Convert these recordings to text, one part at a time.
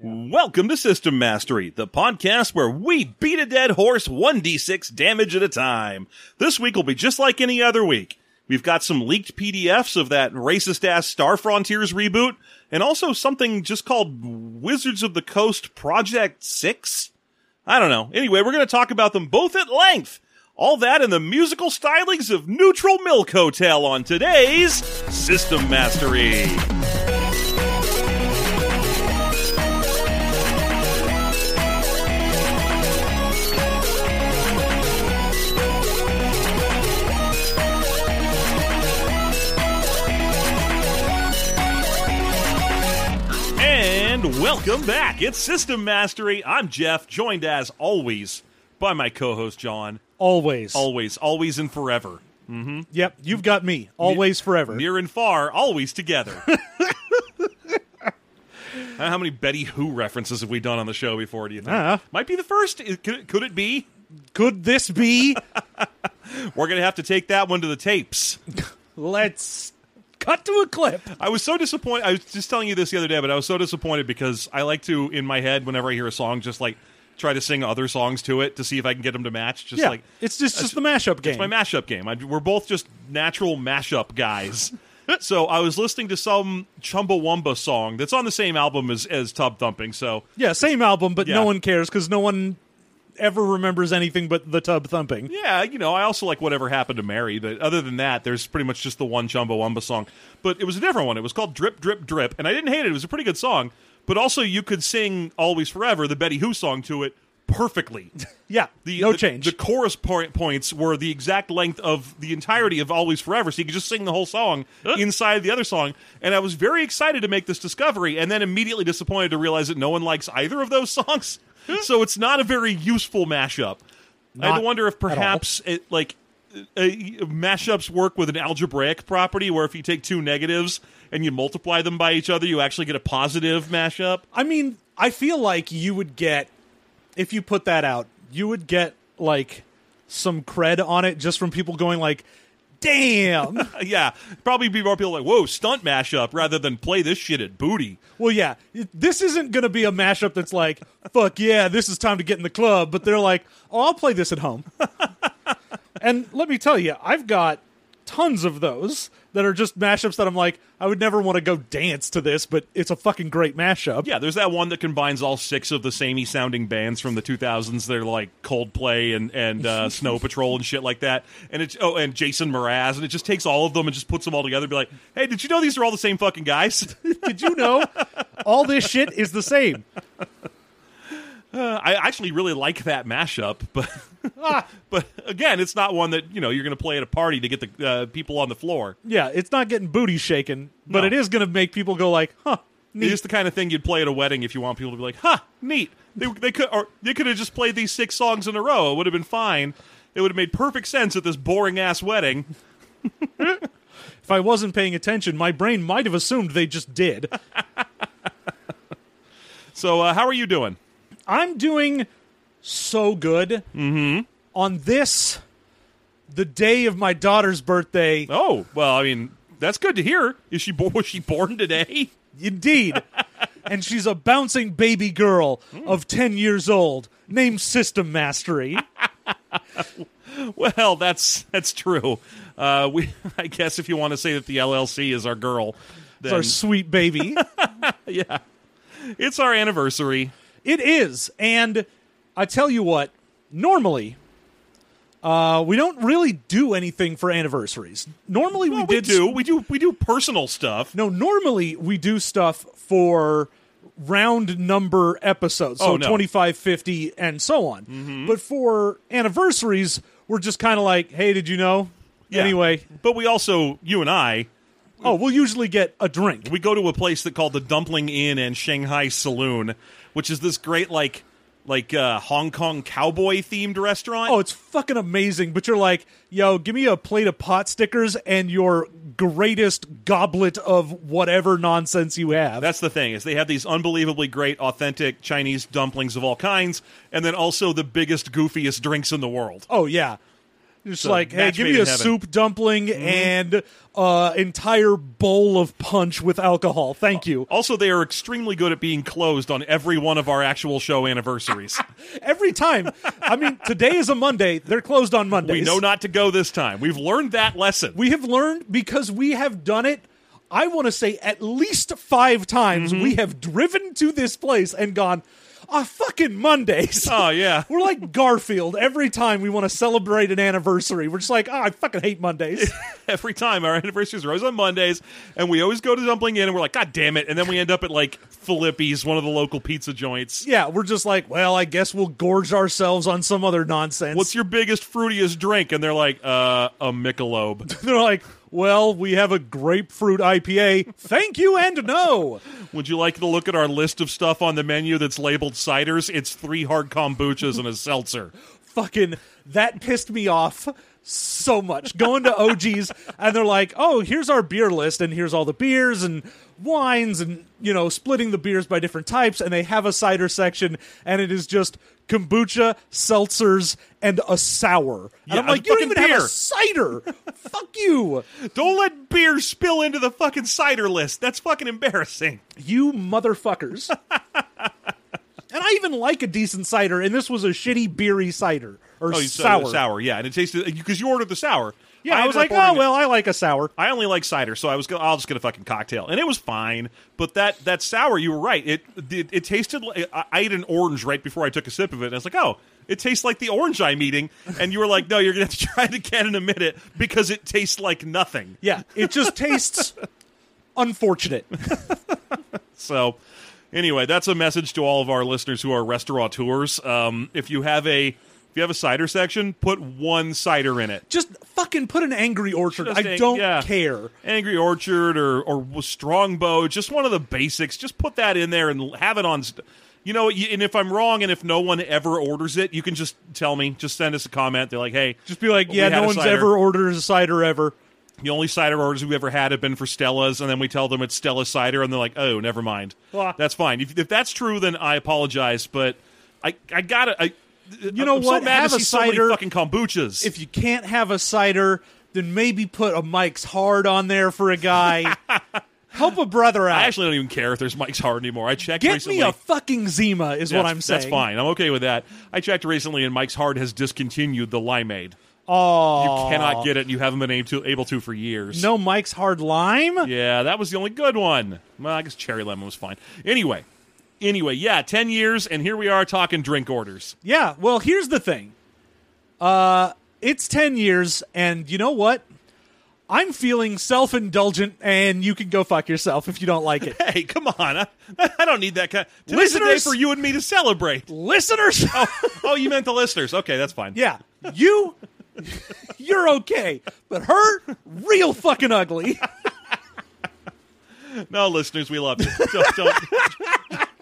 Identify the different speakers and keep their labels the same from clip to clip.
Speaker 1: Welcome to System Mastery, the podcast where we beat a dead horse 1d6 damage at a time. This week will be just like any other week. We've got some leaked PDFs of that racist ass Star Frontiers reboot, and also something just called Wizards of the Coast Project 6? I don't know. Anyway, we're going to talk about them both at length. All that and the musical stylings of Neutral Milk Hotel on today's System Mastery. And welcome back. It's System Mastery. I'm Jeff, joined as always by my co host, John.
Speaker 2: Always.
Speaker 1: Always, always, and forever.
Speaker 2: yep. You've got me. Always, forever.
Speaker 1: Near and far, always together. I don't know How many Betty Who references have we done on the show before, do you think?
Speaker 2: Uh-huh.
Speaker 1: Might be the first. Is- Could it, could it be?
Speaker 2: Could this be?
Speaker 1: We're going to have to take that one to the tapes.
Speaker 2: Let's cut to a clip.
Speaker 1: I was so disappointed. I was just telling you this the other day, but I was so disappointed because I like to, in my head, whenever I hear a song, just like try to sing other songs to it to see if I can get them to match. Just
Speaker 2: yeah.
Speaker 1: like
Speaker 2: it's just, just the mashup game.
Speaker 1: It's my mashup game. I, we're both just natural mashup guys. so I was listening to some Chumbawamba song that's on the same album as, as Tub Thumping. So
Speaker 2: yeah, same album, but
Speaker 1: Yeah.
Speaker 2: no one cares because no one ever remembers anything but the tub thumping.
Speaker 1: yeah, you know, I also like Whatever Happened to Mary, but other than that, there's pretty much just the one Chumbawamba song. But it was a different one. It was called Drip Drip Drip, and I didn't hate it. It was a pretty good song. But also, you could sing Always Forever, the Betty Who song, to it perfectly.
Speaker 2: Yeah.
Speaker 1: The,
Speaker 2: no
Speaker 1: the-
Speaker 2: change.
Speaker 1: The chorus point, points were the exact length of the entirety of Always Forever, so you could just sing the whole song inside the other song. And I was very excited to make this discovery, and then immediately disappointed to realize that no one likes either of those songs. so it's not a very useful mashup. I had to
Speaker 2: Not
Speaker 1: wonder if
Speaker 2: at all.
Speaker 1: perhaps it, like uh, uh, mashups work with an algebraic property, where if you take two negatives and you multiply them by each other, you actually get a positive mashup.
Speaker 2: I mean, I feel like you would get if you put that out, you would get like some cred on it just from people going like, "Damn."
Speaker 1: Uh, Yeah, probably be more people like, "Whoa, stunt mashup," rather than play this shit at booty.
Speaker 2: Well, yeah, it- this isn't going to be a mashup that's like, fuck yeah, this is time to get in the club. But they're like, oh, I'll play this at home. and let me tell you, I've got tons of those that are just mashups that I'm like, I would never want to go dance to this, but it's a fucking great mashup.
Speaker 1: Yeah, there's that one that combines all six of the samey sounding bands from the 2000s. They're like Coldplay and and uh, Snow Patrol and shit like that. And it's oh, and Jason Mraz, and it just takes all of them and just puts them all together. and Be like, "Hey, did you know these are all the same fucking guys?"
Speaker 2: Did you know all this shit is the same?
Speaker 1: Uh, I actually really like that mashup, but
Speaker 2: Ah,
Speaker 1: but again, it's not one that you know you're going to play at a party to get the uh, people on the floor.
Speaker 2: Yeah, it's not getting booty shaken, but
Speaker 1: No.
Speaker 2: it is going to make people go like, huh,
Speaker 1: It
Speaker 2: neat.
Speaker 1: is the kind of thing you'd play at a wedding if you want people to be like, "Huh, neat." They, they could or they could have just played these six songs in a row. It would have been fine. It would have made perfect sense at this boring ass wedding.
Speaker 2: If I wasn't paying attention, my brain might have assumed they just did.
Speaker 1: So, uh, how are you doing?
Speaker 2: I'm doing so good
Speaker 1: Mm-hmm.
Speaker 2: on this, the day of my daughter's birthday.
Speaker 1: Oh, well, I mean, that's good to hear. Is she bo- was she born today?
Speaker 2: Indeed. and she's a bouncing baby girl
Speaker 1: Mm.
Speaker 2: of 10 years old named System Mastery.
Speaker 1: Well, that's that's true. Uh, we, I guess, if you want to say that the LLC is our girl,
Speaker 2: It's
Speaker 1: then
Speaker 2: our sweet baby.
Speaker 1: yeah, it's our anniversary.
Speaker 2: it is. And I tell you what, normally. Uh, we don't really do anything for anniversaries. Normally,
Speaker 1: Well,
Speaker 2: we
Speaker 1: we,
Speaker 2: did
Speaker 1: do, we do, we do personal stuff.
Speaker 2: No, normally we do stuff for round number episodes, so
Speaker 1: Oh, no. Mm-hmm.
Speaker 2: 25, 50, and so on. But for anniversaries, we're just kind of like, hey, did you know?
Speaker 1: Yeah.
Speaker 2: Anyway,
Speaker 1: But we also, you and I,
Speaker 2: oh, we'll usually get a drink.
Speaker 1: we go to a place that called the Dumpling Inn and Shanghai Saloon, which is this great like like uh, Hong Kong cowboy themed restaurant.
Speaker 2: Oh, it's fucking amazing. But you're like, yo, give me a plate of pot stickers and your greatest goblet of whatever nonsense you have.
Speaker 1: That's the thing is they have these unbelievably great authentic Chinese dumplings of all kinds, and then also the biggest goofiest drinks in the world.
Speaker 2: oh, yeah. Just
Speaker 1: So,
Speaker 2: like, hey,
Speaker 1: match
Speaker 2: give
Speaker 1: made
Speaker 2: me a
Speaker 1: in heaven. Mm-hmm.
Speaker 2: soup dumpling and uh, entire bowl of punch with alcohol. Thank you.
Speaker 1: Also, they are extremely good at being closed on every one of our actual show anniversaries.
Speaker 2: Every time. I mean, today is a Monday. They're closed on Mondays.
Speaker 1: we know not to go this time. We've learned that lesson.
Speaker 2: We have learned because we have done it. I want to say at least five times
Speaker 1: Mm-hmm.
Speaker 2: we have driven to this place and gone, ah, fucking Mondays.
Speaker 1: oh yeah.
Speaker 2: We're like Garfield every time we want to celebrate an anniversary. We're just like, oh, I fucking hate Mondays.
Speaker 1: Every time our anniversaries are always on Mondays, and we always go to Dumpling Inn, and we're like, God damn it! And then we end up at like Filippi's, one of the local pizza joints.
Speaker 2: yeah, we're just like, well, I guess we'll gorge ourselves on some other nonsense.
Speaker 1: What's your biggest fruitiest drink? And they're like, uh, a Michelob.
Speaker 2: They're like, well, we have a grapefruit IPA. Thank you and no.
Speaker 1: Would you like to look at our list of stuff on the menu that's labeled ciders? It's three hard kombuchas and a seltzer.
Speaker 2: fucking that pissed me off so much going to OG's and they're like, "Oh, here's our beer list and here's all the beers and wines and you know, splitting the beers by different types and they have a cider section and it is just kombucha, seltzers and a sour." And
Speaker 1: Yeah,
Speaker 2: I'm like,
Speaker 1: and
Speaker 2: "You don't
Speaker 1: fucking
Speaker 2: even have
Speaker 1: beer."
Speaker 2: a cider. Fuck you.
Speaker 1: Don't let beer spill into the fucking cider list. That's fucking embarrassing.
Speaker 2: You motherfuckers." and I even like a decent cider and this was a shitty beery cider or
Speaker 1: Oh, you said
Speaker 2: sour.
Speaker 1: sour, yeah, and it tasted because you ordered the sour.
Speaker 2: Yeah, I, was
Speaker 1: ended
Speaker 2: like,
Speaker 1: up
Speaker 2: "Oh,
Speaker 1: ordering it-
Speaker 2: well, I like a sour."
Speaker 1: I only like cider, so I was gonna, I'll just get a fucking cocktail, and it was fine. But that that sour, you were right. It it, it tasted. Like, I I ate an orange right before I took a sip of it, and I was like, oh, it tastes like the orange I'm eating. And you were like, no, you're gonna have to try it again in a minute because it tastes like nothing.
Speaker 2: Yeah, it just tastes unfortunate.
Speaker 1: So, anyway, that's a message to all of our listeners who are restaurateurs. Um, if you have a if you have a cider section, put one cider in it.
Speaker 2: Just fucking put an angry orchard.
Speaker 1: Just
Speaker 2: I
Speaker 1: ang-
Speaker 2: don't
Speaker 1: yeah.
Speaker 2: care.
Speaker 1: Angry Orchard or or Strongbow, just one of the basics. Just put that in there and have it on. St- you know, you- and if I'm wrong, and if no one ever orders it, you can just tell me. Just send us a comment. They're like, "Hey,
Speaker 2: Just be like,
Speaker 1: we
Speaker 2: yeah,
Speaker 1: had
Speaker 2: no
Speaker 1: a
Speaker 2: one's
Speaker 1: cider.
Speaker 2: ever ordered a cider ever.
Speaker 1: The only cider orders we've ever had have been for Stella's, and then we tell them it's Stella cider, and they're like, "Oh, never mind.
Speaker 2: Ah.
Speaker 1: That's fine. If, if that's true, then I apologize, but I I gotta. I, you
Speaker 2: know
Speaker 1: I'm
Speaker 2: what?
Speaker 1: So mad
Speaker 2: Have
Speaker 1: to
Speaker 2: a
Speaker 1: see so many
Speaker 2: cider.
Speaker 1: fucking kombuchas.
Speaker 2: If you can't have a cider, then maybe put a Mike's Hard on there for a guy. Help a brother out.
Speaker 1: I actually don't even care if there's Mike's Hard anymore. I checked
Speaker 2: Get
Speaker 1: recently.
Speaker 2: me a fucking Zima, is what
Speaker 1: That's-
Speaker 2: I'm saying.
Speaker 1: That's fine. I'm okay with that. I checked recently, and Mike's Hard has discontinued the limeade.
Speaker 2: Oh,
Speaker 1: Cannot get it, and you haven't been able to, able to for years.
Speaker 2: no Mike's Hard Lime.
Speaker 1: Yeah, that was the only good one. Well, I guess cherry lemon was fine. Anyway, anyway, yeah, ten years, and here we are talking drink orders.
Speaker 2: Yeah. Well, here's the thing. Uh, it's 10 years, and you know what? I'm feeling self indulgent, and you can go fuck yourself if you don't like it.
Speaker 1: Hey, come on! I, I don't need that kind. Today's the day
Speaker 2: Listeners-
Speaker 1: for you and me to celebrate.
Speaker 2: Listeners,
Speaker 1: oh, you meant the listeners? Okay, that's fine.
Speaker 2: yeah, you, you're okay, but her, real fucking ugly.
Speaker 1: No, listeners, we love you. Don't, don't.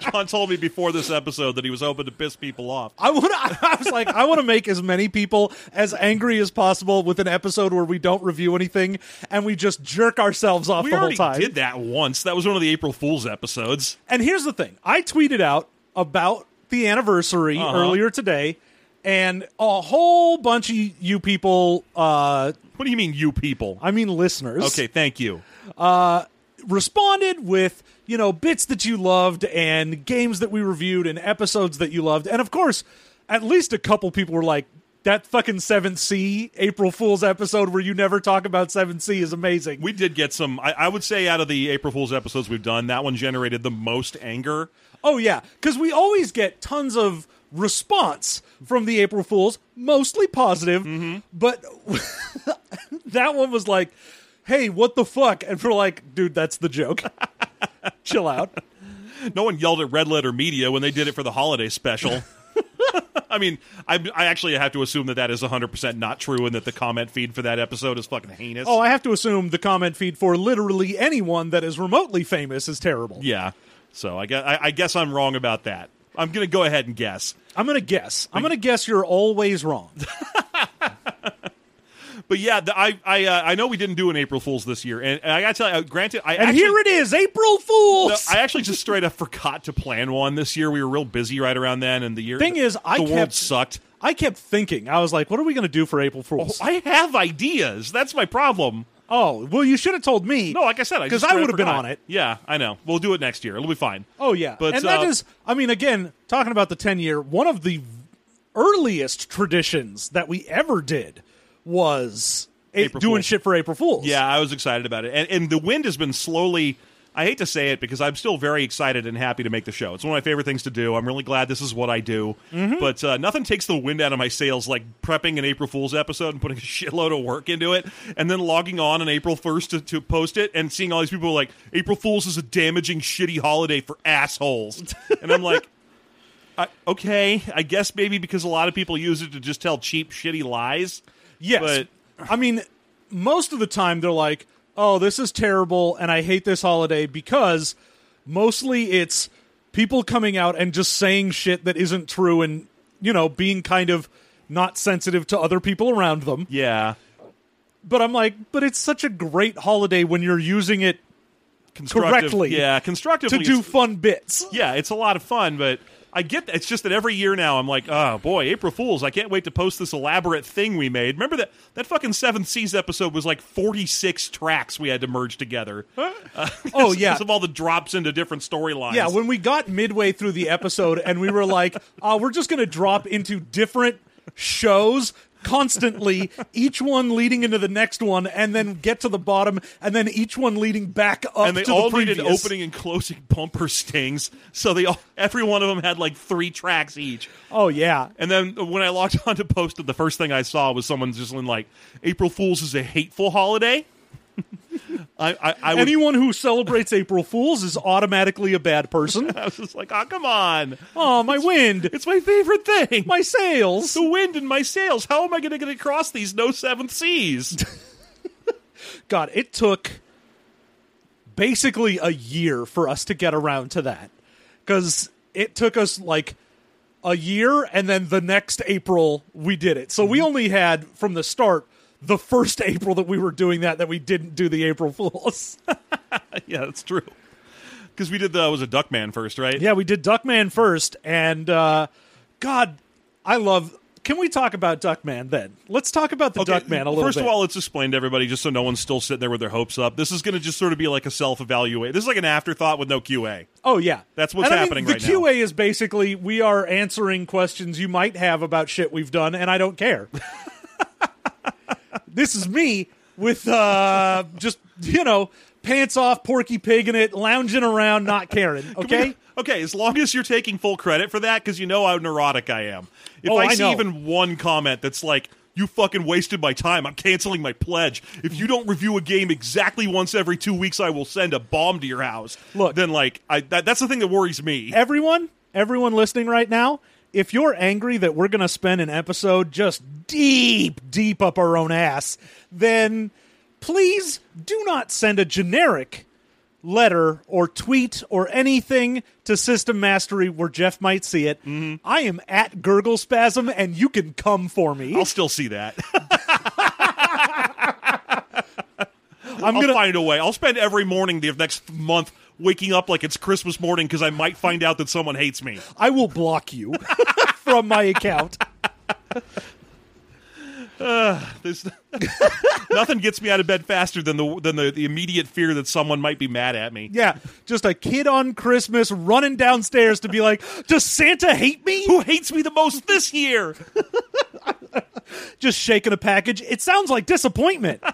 Speaker 1: John told me before this episode that he was hoping to piss people off.
Speaker 2: I want to. I was like, I want to make as many people as angry as possible with an episode where we don't review anything and we just jerk ourselves off
Speaker 1: We
Speaker 2: the whole
Speaker 1: already
Speaker 2: time.
Speaker 1: did that once. That was one of the April Fool's episodes.
Speaker 2: And here's the thing I tweeted out about the anniversary earlier today, and a whole bunch of you people, uh,
Speaker 1: What do you mean, you people?
Speaker 2: I mean listeners,
Speaker 1: Okay, thank you.
Speaker 2: responded with, you know, bits that you loved and games that we reviewed and episodes that you loved. And of course, at least a couple people were like, that fucking 7C April Fool's episode where you never talk about 7C is amazing.
Speaker 1: We did get some. I, I would say out of the April Fool's episodes we've done, that one generated the most anger.
Speaker 2: Oh yeah, because we always get tons of response from the April Fools, mostly positive.
Speaker 1: Mm-hmm.
Speaker 2: But that one was like, "Hey, what the fuck?" And we're like, "Dude, that's the joke. Chill out."
Speaker 1: No one yelled at Red Letter Media when they did it for the holiday special. I mean, I, I actually have to assume that that is 100% not true and that the comment feed for that episode is fucking heinous.
Speaker 2: Oh, I have to assume the comment feed for literally anyone that is remotely famous is terrible.
Speaker 1: yeah. So I guess, I, I guess I'm wrong about that. I'm going to go ahead and guess.
Speaker 2: I'm gonna guess. I'm gonna guess you're always wrong.
Speaker 1: But yeah, the, I I uh, I know we didn't do an April Fools this year, and, and I gotta tell you, uh, granted, I
Speaker 2: And
Speaker 1: actually, uh,
Speaker 2: here it is, April Fools.
Speaker 1: I actually just straight up forgot to plan one this year. We were real busy right around then, and the year
Speaker 2: Thing is, I
Speaker 1: the world
Speaker 2: kept-
Speaker 1: sucked.
Speaker 2: I kept thinking, I was like, what are we going to do for April Fools?
Speaker 1: Oh, I have ideas. That's my problem.
Speaker 2: Oh, well, you should have told me.
Speaker 1: No, like I said,
Speaker 2: because
Speaker 1: just
Speaker 2: I
Speaker 1: straight up
Speaker 2: would have been
Speaker 1: forgot.
Speaker 2: on it.
Speaker 1: Yeah, I know. We'll do it next year. It'll be fine.
Speaker 2: Oh yeah,
Speaker 1: But,
Speaker 2: and that
Speaker 1: uh,
Speaker 2: is, I mean, again, talking about the ten year, one of the earliest traditions that we ever did was a-
Speaker 1: April
Speaker 2: doing
Speaker 1: Fools.
Speaker 2: shit for April Fools.
Speaker 1: Yeah, I was excited about it, and and the wind has been slowly. I hate to say it because I'm still very excited and happy to make the show. It's one of my favorite things to do. I'm really glad this is what I do.
Speaker 2: Mm-hmm.
Speaker 1: But uh, nothing takes the wind out of my sails like prepping an April Fool's episode and putting a shitload of work into it, and then logging on on April 1st to, to post it and seeing all these people like April Fool's is a damaging, shitty holiday for assholes, and I'm like. I, okay, I guess maybe because a lot of people use it to just tell cheap, shitty lies.
Speaker 2: yes.
Speaker 1: but-
Speaker 2: I mean, most of the time they're like, "Oh, this is terrible, and I hate this holiday," because mostly it's people coming out and just saying shit that isn't true, and you know, being kind of not sensitive to other people around them.
Speaker 1: Yeah,
Speaker 2: But I'm like, but it's such a great holiday when you're using it
Speaker 1: constructive,
Speaker 2: Correctly.
Speaker 1: Yeah,
Speaker 2: to
Speaker 1: constructively.
Speaker 2: do
Speaker 1: it's-
Speaker 2: fun bits.
Speaker 1: yeah, it's a lot of fun, but I get that. It's just that every year now I'm like, oh boy, April Fools! I can't wait to post this elaborate thing we made. Remember that that fucking Seventh Seas episode was like 46 tracks we had to merge together. Uh,
Speaker 2: Oh,
Speaker 1: 'cause-
Speaker 2: yeah.
Speaker 1: 'cause of all the drops into different storylines.
Speaker 2: Yeah, when we got midway through the episode and we were like, uh, we're just going to drop into different shows constantly, each one leading into the next one, and then get to the bottom, and then each one leading back up
Speaker 1: and they
Speaker 2: to
Speaker 1: all
Speaker 2: the previous.
Speaker 1: needed opening and closing bumper stings, so they all every one of them had like three tracks each.
Speaker 2: Oh, yeah.
Speaker 1: And then when I logged on to post it, the first thing I saw was someone just in like, "April Fools is a hateful holiday." I, I, I would
Speaker 2: Anyone who celebrates April Fools is automatically a bad person.
Speaker 1: I was just like, oh, come on.
Speaker 2: Oh, my wind,
Speaker 1: It's my favorite thing.
Speaker 2: my sails.
Speaker 1: the wind in my sails. How am I going to get across these no seventh seas?
Speaker 2: God, it took basically a year for us to get around to that because it took us like a year and then the next April we did it. So we only had from the start the first April that we were doing that that we didn't do the April Fools.
Speaker 1: yeah, that's true. Because we did the was a Duckman first, right?
Speaker 2: yeah, we did Duckman first and uh God, I love can we talk about Duckman then? Let's talk about the
Speaker 1: Okay,
Speaker 2: Duckman a little
Speaker 1: First
Speaker 2: bit.
Speaker 1: of all, let's explain to everybody just so no one's still sitting there with their hopes up. This is going to just sort of be like a self evaluate. This is like an afterthought with no QA.
Speaker 2: Oh yeah,
Speaker 1: That's what's
Speaker 2: And I mean,
Speaker 1: happening
Speaker 2: the
Speaker 1: right now.
Speaker 2: QA is basically we are answering questions you might have about shit we've done, and I don't care. this is me with uh, just you know pants off, Porky Pig in it, lounging around, not caring. Okay,
Speaker 1: Okay, as long as you're taking full credit for that, because you know how neurotic I am. If
Speaker 2: Oh,
Speaker 1: I,
Speaker 2: I
Speaker 1: see
Speaker 2: know.
Speaker 1: even one comment that's like, you fucking wasted my time, I'm canceling my pledge. If you don't review a game exactly once every two weeks, I will send a bomb to your house.
Speaker 2: Look.
Speaker 1: Then, like, I, that, that's the thing that worries me.
Speaker 2: everyone, everyone listening right now, if you're angry that we're going to spend an episode just deep, deep up our own ass, then please do not send a generic letter or tweet or anything to System Mastery where Jeff might see it. I am at Gurgle Spasm, and you can come for me.
Speaker 1: I'll still see that.
Speaker 2: I'm
Speaker 1: I'll
Speaker 2: gonna.
Speaker 1: find a way. I'll spend every morning the next month waking up like it's Christmas morning because I might find out that someone hates me.
Speaker 2: I will block you from my account.
Speaker 1: There's nothing gets me out of bed faster than the than the, the immediate fear that someone might be mad at me.
Speaker 2: Yeah, just a kid on Christmas running downstairs to be like, "Does Santa hate me?"
Speaker 1: Who hates me the most this year?
Speaker 2: just shaking a package. It sounds like disappointment.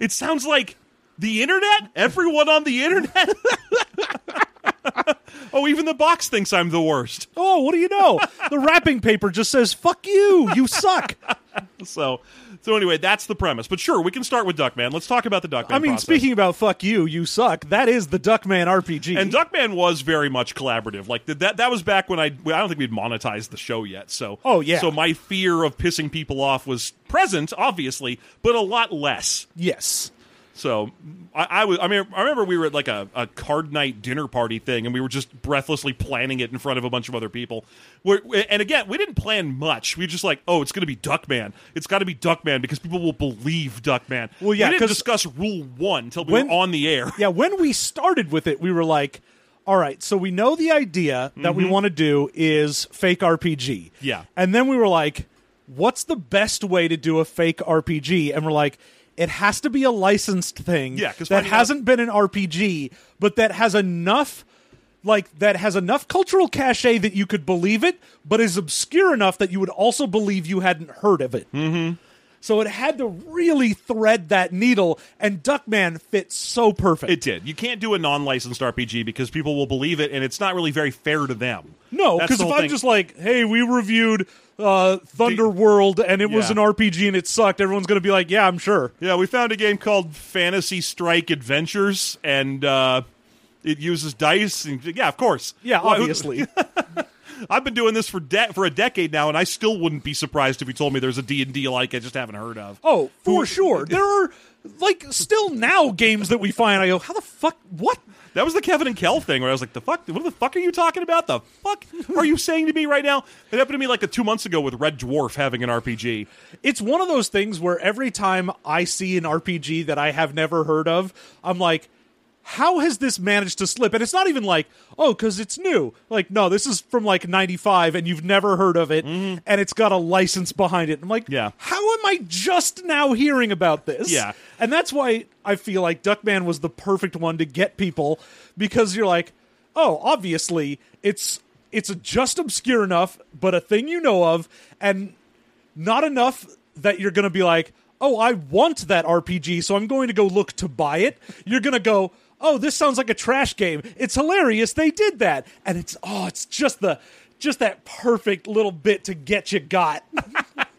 Speaker 1: It sounds like the internet? Everyone on the internet? oh, even the box thinks I'm the worst.
Speaker 2: oh, what do you know? The wrapping paper just says "fuck you, you suck."
Speaker 1: So so anyway, that's the premise. But sure, we can start with Duckman. Let's talk about the Duckman.
Speaker 2: I mean,
Speaker 1: process.
Speaker 2: speaking about "fuck you, you suck," that is the Duckman RPG.
Speaker 1: and Duckman was very much collaborative. Like th- that that was back when I I don't think we'd monetized the show yet. So
Speaker 2: Oh, yeah.
Speaker 1: So my fear of pissing people off was present, obviously, but a lot less.
Speaker 2: yes,
Speaker 1: So I, I was. I mean, I remember we were at like a, a card night dinner party thing, and we were just breathlessly planning it in front of a bunch of other people. We're, and again, we didn't plan much. We were just like, oh, it's going to be Duckman. It's got to be Duckman because people will believe Duckman.
Speaker 2: Well, yeah,
Speaker 1: we didn't
Speaker 2: 'cause-
Speaker 1: discuss Rule One until we
Speaker 2: When-
Speaker 1: were on the air.
Speaker 2: yeah, when we started with it, we were like, all right, so we know the idea that we want to do is fake RPG.
Speaker 1: Mm-hmm. Yeah.
Speaker 2: And then we were like, what's the best way to do a fake RPG? And we're like, it has to be a licensed thing
Speaker 1: Yeah, 'cause why
Speaker 2: that
Speaker 1: not-
Speaker 2: hasn't been an RPG, but that has enough like that has enough cultural cachet that you could believe it, but is obscure enough that you would also believe you hadn't heard of it.
Speaker 1: Hmm.
Speaker 2: So it had to really thread that needle, and Duckman fits so perfect.
Speaker 1: It did. You can't do a non-licensed RPG because people will believe it, and it's not really very fair to them.
Speaker 2: No,
Speaker 1: That's
Speaker 2: because
Speaker 1: the
Speaker 2: if
Speaker 1: whole
Speaker 2: I'm
Speaker 1: thing.
Speaker 2: just like, hey, we reviewed uh, Thunder World and it was
Speaker 1: Yeah.
Speaker 2: an RPG and it sucked, everyone's going to be like, yeah, I'm sure.
Speaker 1: Yeah, we found a game called Fantasy Strike Adventures, and uh, it uses dice. And yeah, of course.
Speaker 2: Yeah,
Speaker 1: Why-
Speaker 2: obviously.
Speaker 1: I've been doing this for de- for a decade now, and I still wouldn't be surprised if you told me there's a D and D like I just haven't heard of.
Speaker 2: oh, for sure. There are, like, still now games that we find. I go, how the fuck? What?
Speaker 1: That was the Kevin and Kel thing where I was like, "The fuck? What the fuck are you talking about? The fuck are you saying to me right now?" It happened to me like the two months ago with Red Dwarf having an RPG.
Speaker 2: It's one of those things where every time I see an RPG that I have never heard of, I'm like, how has this managed to slip? And it's not even like, oh, because it's new. Like, no, this is from like 95 and you've never heard of it and it's got a license behind it. I'm like,
Speaker 1: Yeah.
Speaker 2: how am I just now hearing about this?
Speaker 1: Yeah.
Speaker 2: And that's why I feel like Duckman was the perfect one to get people because you're like, oh, obviously it's it's just obscure enough, but a thing you know of, and not enough that you're going to be like, oh, I want that RPG, so I'm going to go look to buy it. You're going to go, oh, this sounds like a trash game. It's hilarious they did that, and it's oh, it's just the just that perfect little bit to get you got.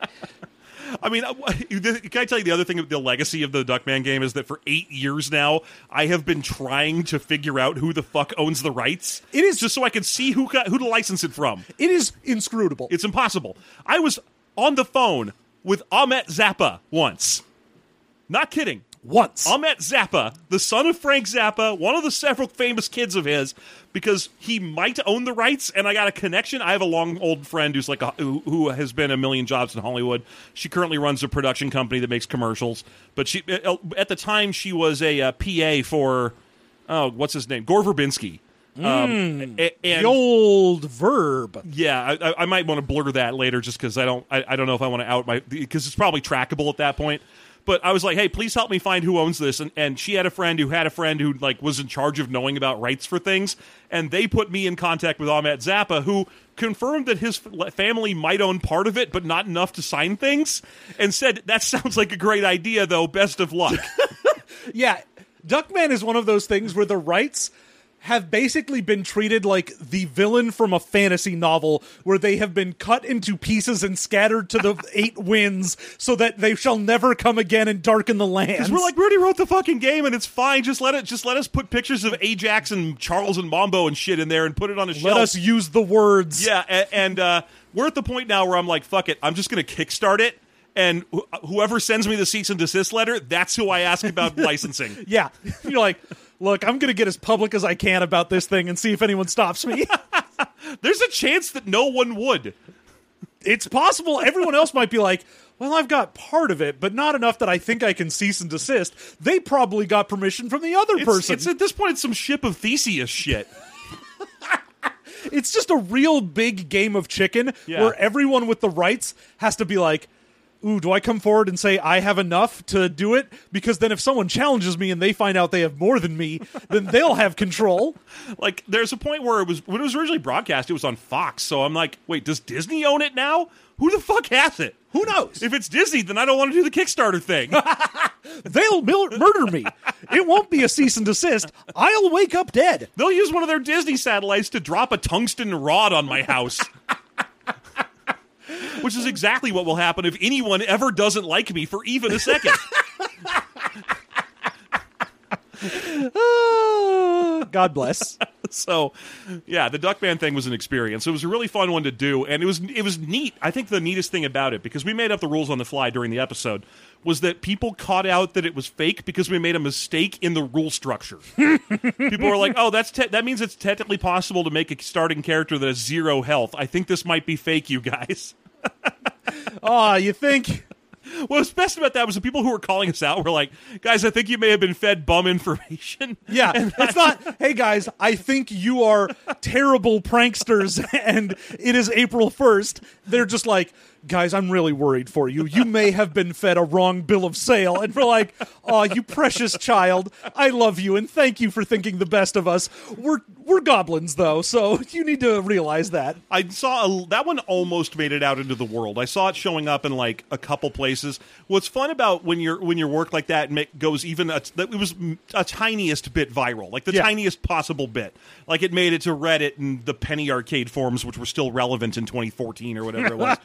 Speaker 1: I mean, I- you- th- can I tell you the other thing? The legacy of the Duckman game is that for eight years now, I have been trying to figure out who the fuck owns the rights.
Speaker 2: It is-
Speaker 1: just so I can see who got, who to license it from.
Speaker 2: It is inscrutable.
Speaker 1: It's impossible. I was on the phone with Ahmet Zappa once. Not kidding.
Speaker 2: once.
Speaker 1: Ahmet Zappa, the son of Frank Zappa, one of the several famous kids of his, because he might own the rights. And I got a connection. I have a long old friend who's like a, who, who has been a million jobs in Hollywood. She currently runs a production company that makes commercials, but she uh, at the time she was a, uh PA for oh what's his name Gore Verbinski. Um, a- and
Speaker 2: Hmm. the old verb.
Speaker 1: yeah, I, I- I might want to blur that later just because I don't I, I don't know if I want to out my because it's probably trackable at that point. But I was like, hey, please help me find who owns this. And, and she had a friend who had a friend who like was in charge of knowing about rights for things, and they put me in contact with Ahmet Zappa, who confirmed that his f- family might own part of it, but not enough to sign things, and said that sounds like a great idea, though. Best of luck.
Speaker 2: Yeah, Duckman is one of those things where the rights have basically been treated like the villain from a fantasy novel where they have been cut into pieces and scattered to the eight winds so that they shall never come again and darken the lands.
Speaker 1: We're like we already wrote the fucking game, and it's fine. Just let it. Just let us put pictures of Ajax and Charles and Mambo and shit in there, and put it on a
Speaker 2: let
Speaker 1: shelf.
Speaker 2: us use the words.
Speaker 1: Yeah, and, and uh, we're at the point now where I'm like, fuck it, I'm just going to kickstart it. And wh- whoever sends me the cease and desist letter, that's who I ask about licensing.
Speaker 2: Yeah. You're like, look, I'm going to get as public as I can about this thing and see if anyone stops me.
Speaker 1: There's a chance that no one would.
Speaker 2: it's possible everyone else might be like, well, I've got part of it, but not enough that I think I can cease and desist. They probably got permission from the other
Speaker 1: It's,
Speaker 2: person.
Speaker 1: it's at this point, it's some ship of Theseus shit.
Speaker 2: it's just a real big game of chicken
Speaker 1: Yeah.
Speaker 2: where everyone with the rights has to be like, Ooh, do I come forward and say I have enough to do it? Because then if someone challenges me and they find out they have more than me, then they'll have control.
Speaker 1: Like, there's a point where it was when it was originally broadcast, it was on Fox. So I'm like, wait, does Disney own it now? Who the fuck has it?
Speaker 2: Who knows?
Speaker 1: If it's Disney, then I don't want to do the Kickstarter thing.
Speaker 2: They'll mil- murder me. It won't be a cease and desist. I'll wake up dead.
Speaker 1: They'll use one of their Disney satellites to drop a tungsten rod on my house. Which is exactly what will happen if anyone ever doesn't like me for even a second.
Speaker 2: Ah, God bless.
Speaker 1: so yeah, the Duckman thing was an experience. It was a really fun one to do, and it was it was neat. I think the neatest thing about it because we made up the rules on the fly during the episode was that people caught out that it was fake because we made a mistake in the rule structure. people were like, "Oh, that's te- that means it's technically possible to make a starting character that has zero health. I think this might be fake, you guys."
Speaker 2: Oh, you think?
Speaker 1: What was best about that was the people who were calling us out were like, "Guys, I think you may have been fed bum information."
Speaker 2: Yeah, it's not. Hey guys, I think you are terrible pranksters, and it is April first. They're just like, guys, I'm really worried for you. You may have been fed a wrong bill of sale, and we're like, oh, you precious child, I love you, and thank you for thinking the best of us. We're we're goblins though, so you need to realize that.
Speaker 1: I saw a, that one almost made it out into the world. I saw it showing up in like a couple places. What's fun about when your when your work like that ma- goes even a, that it was a tiniest bit viral, like the
Speaker 2: Yeah.
Speaker 1: tiniest possible bit. Like it made it to Reddit and the penny arcade forums, which were still relevant in 2014 or whatever it was.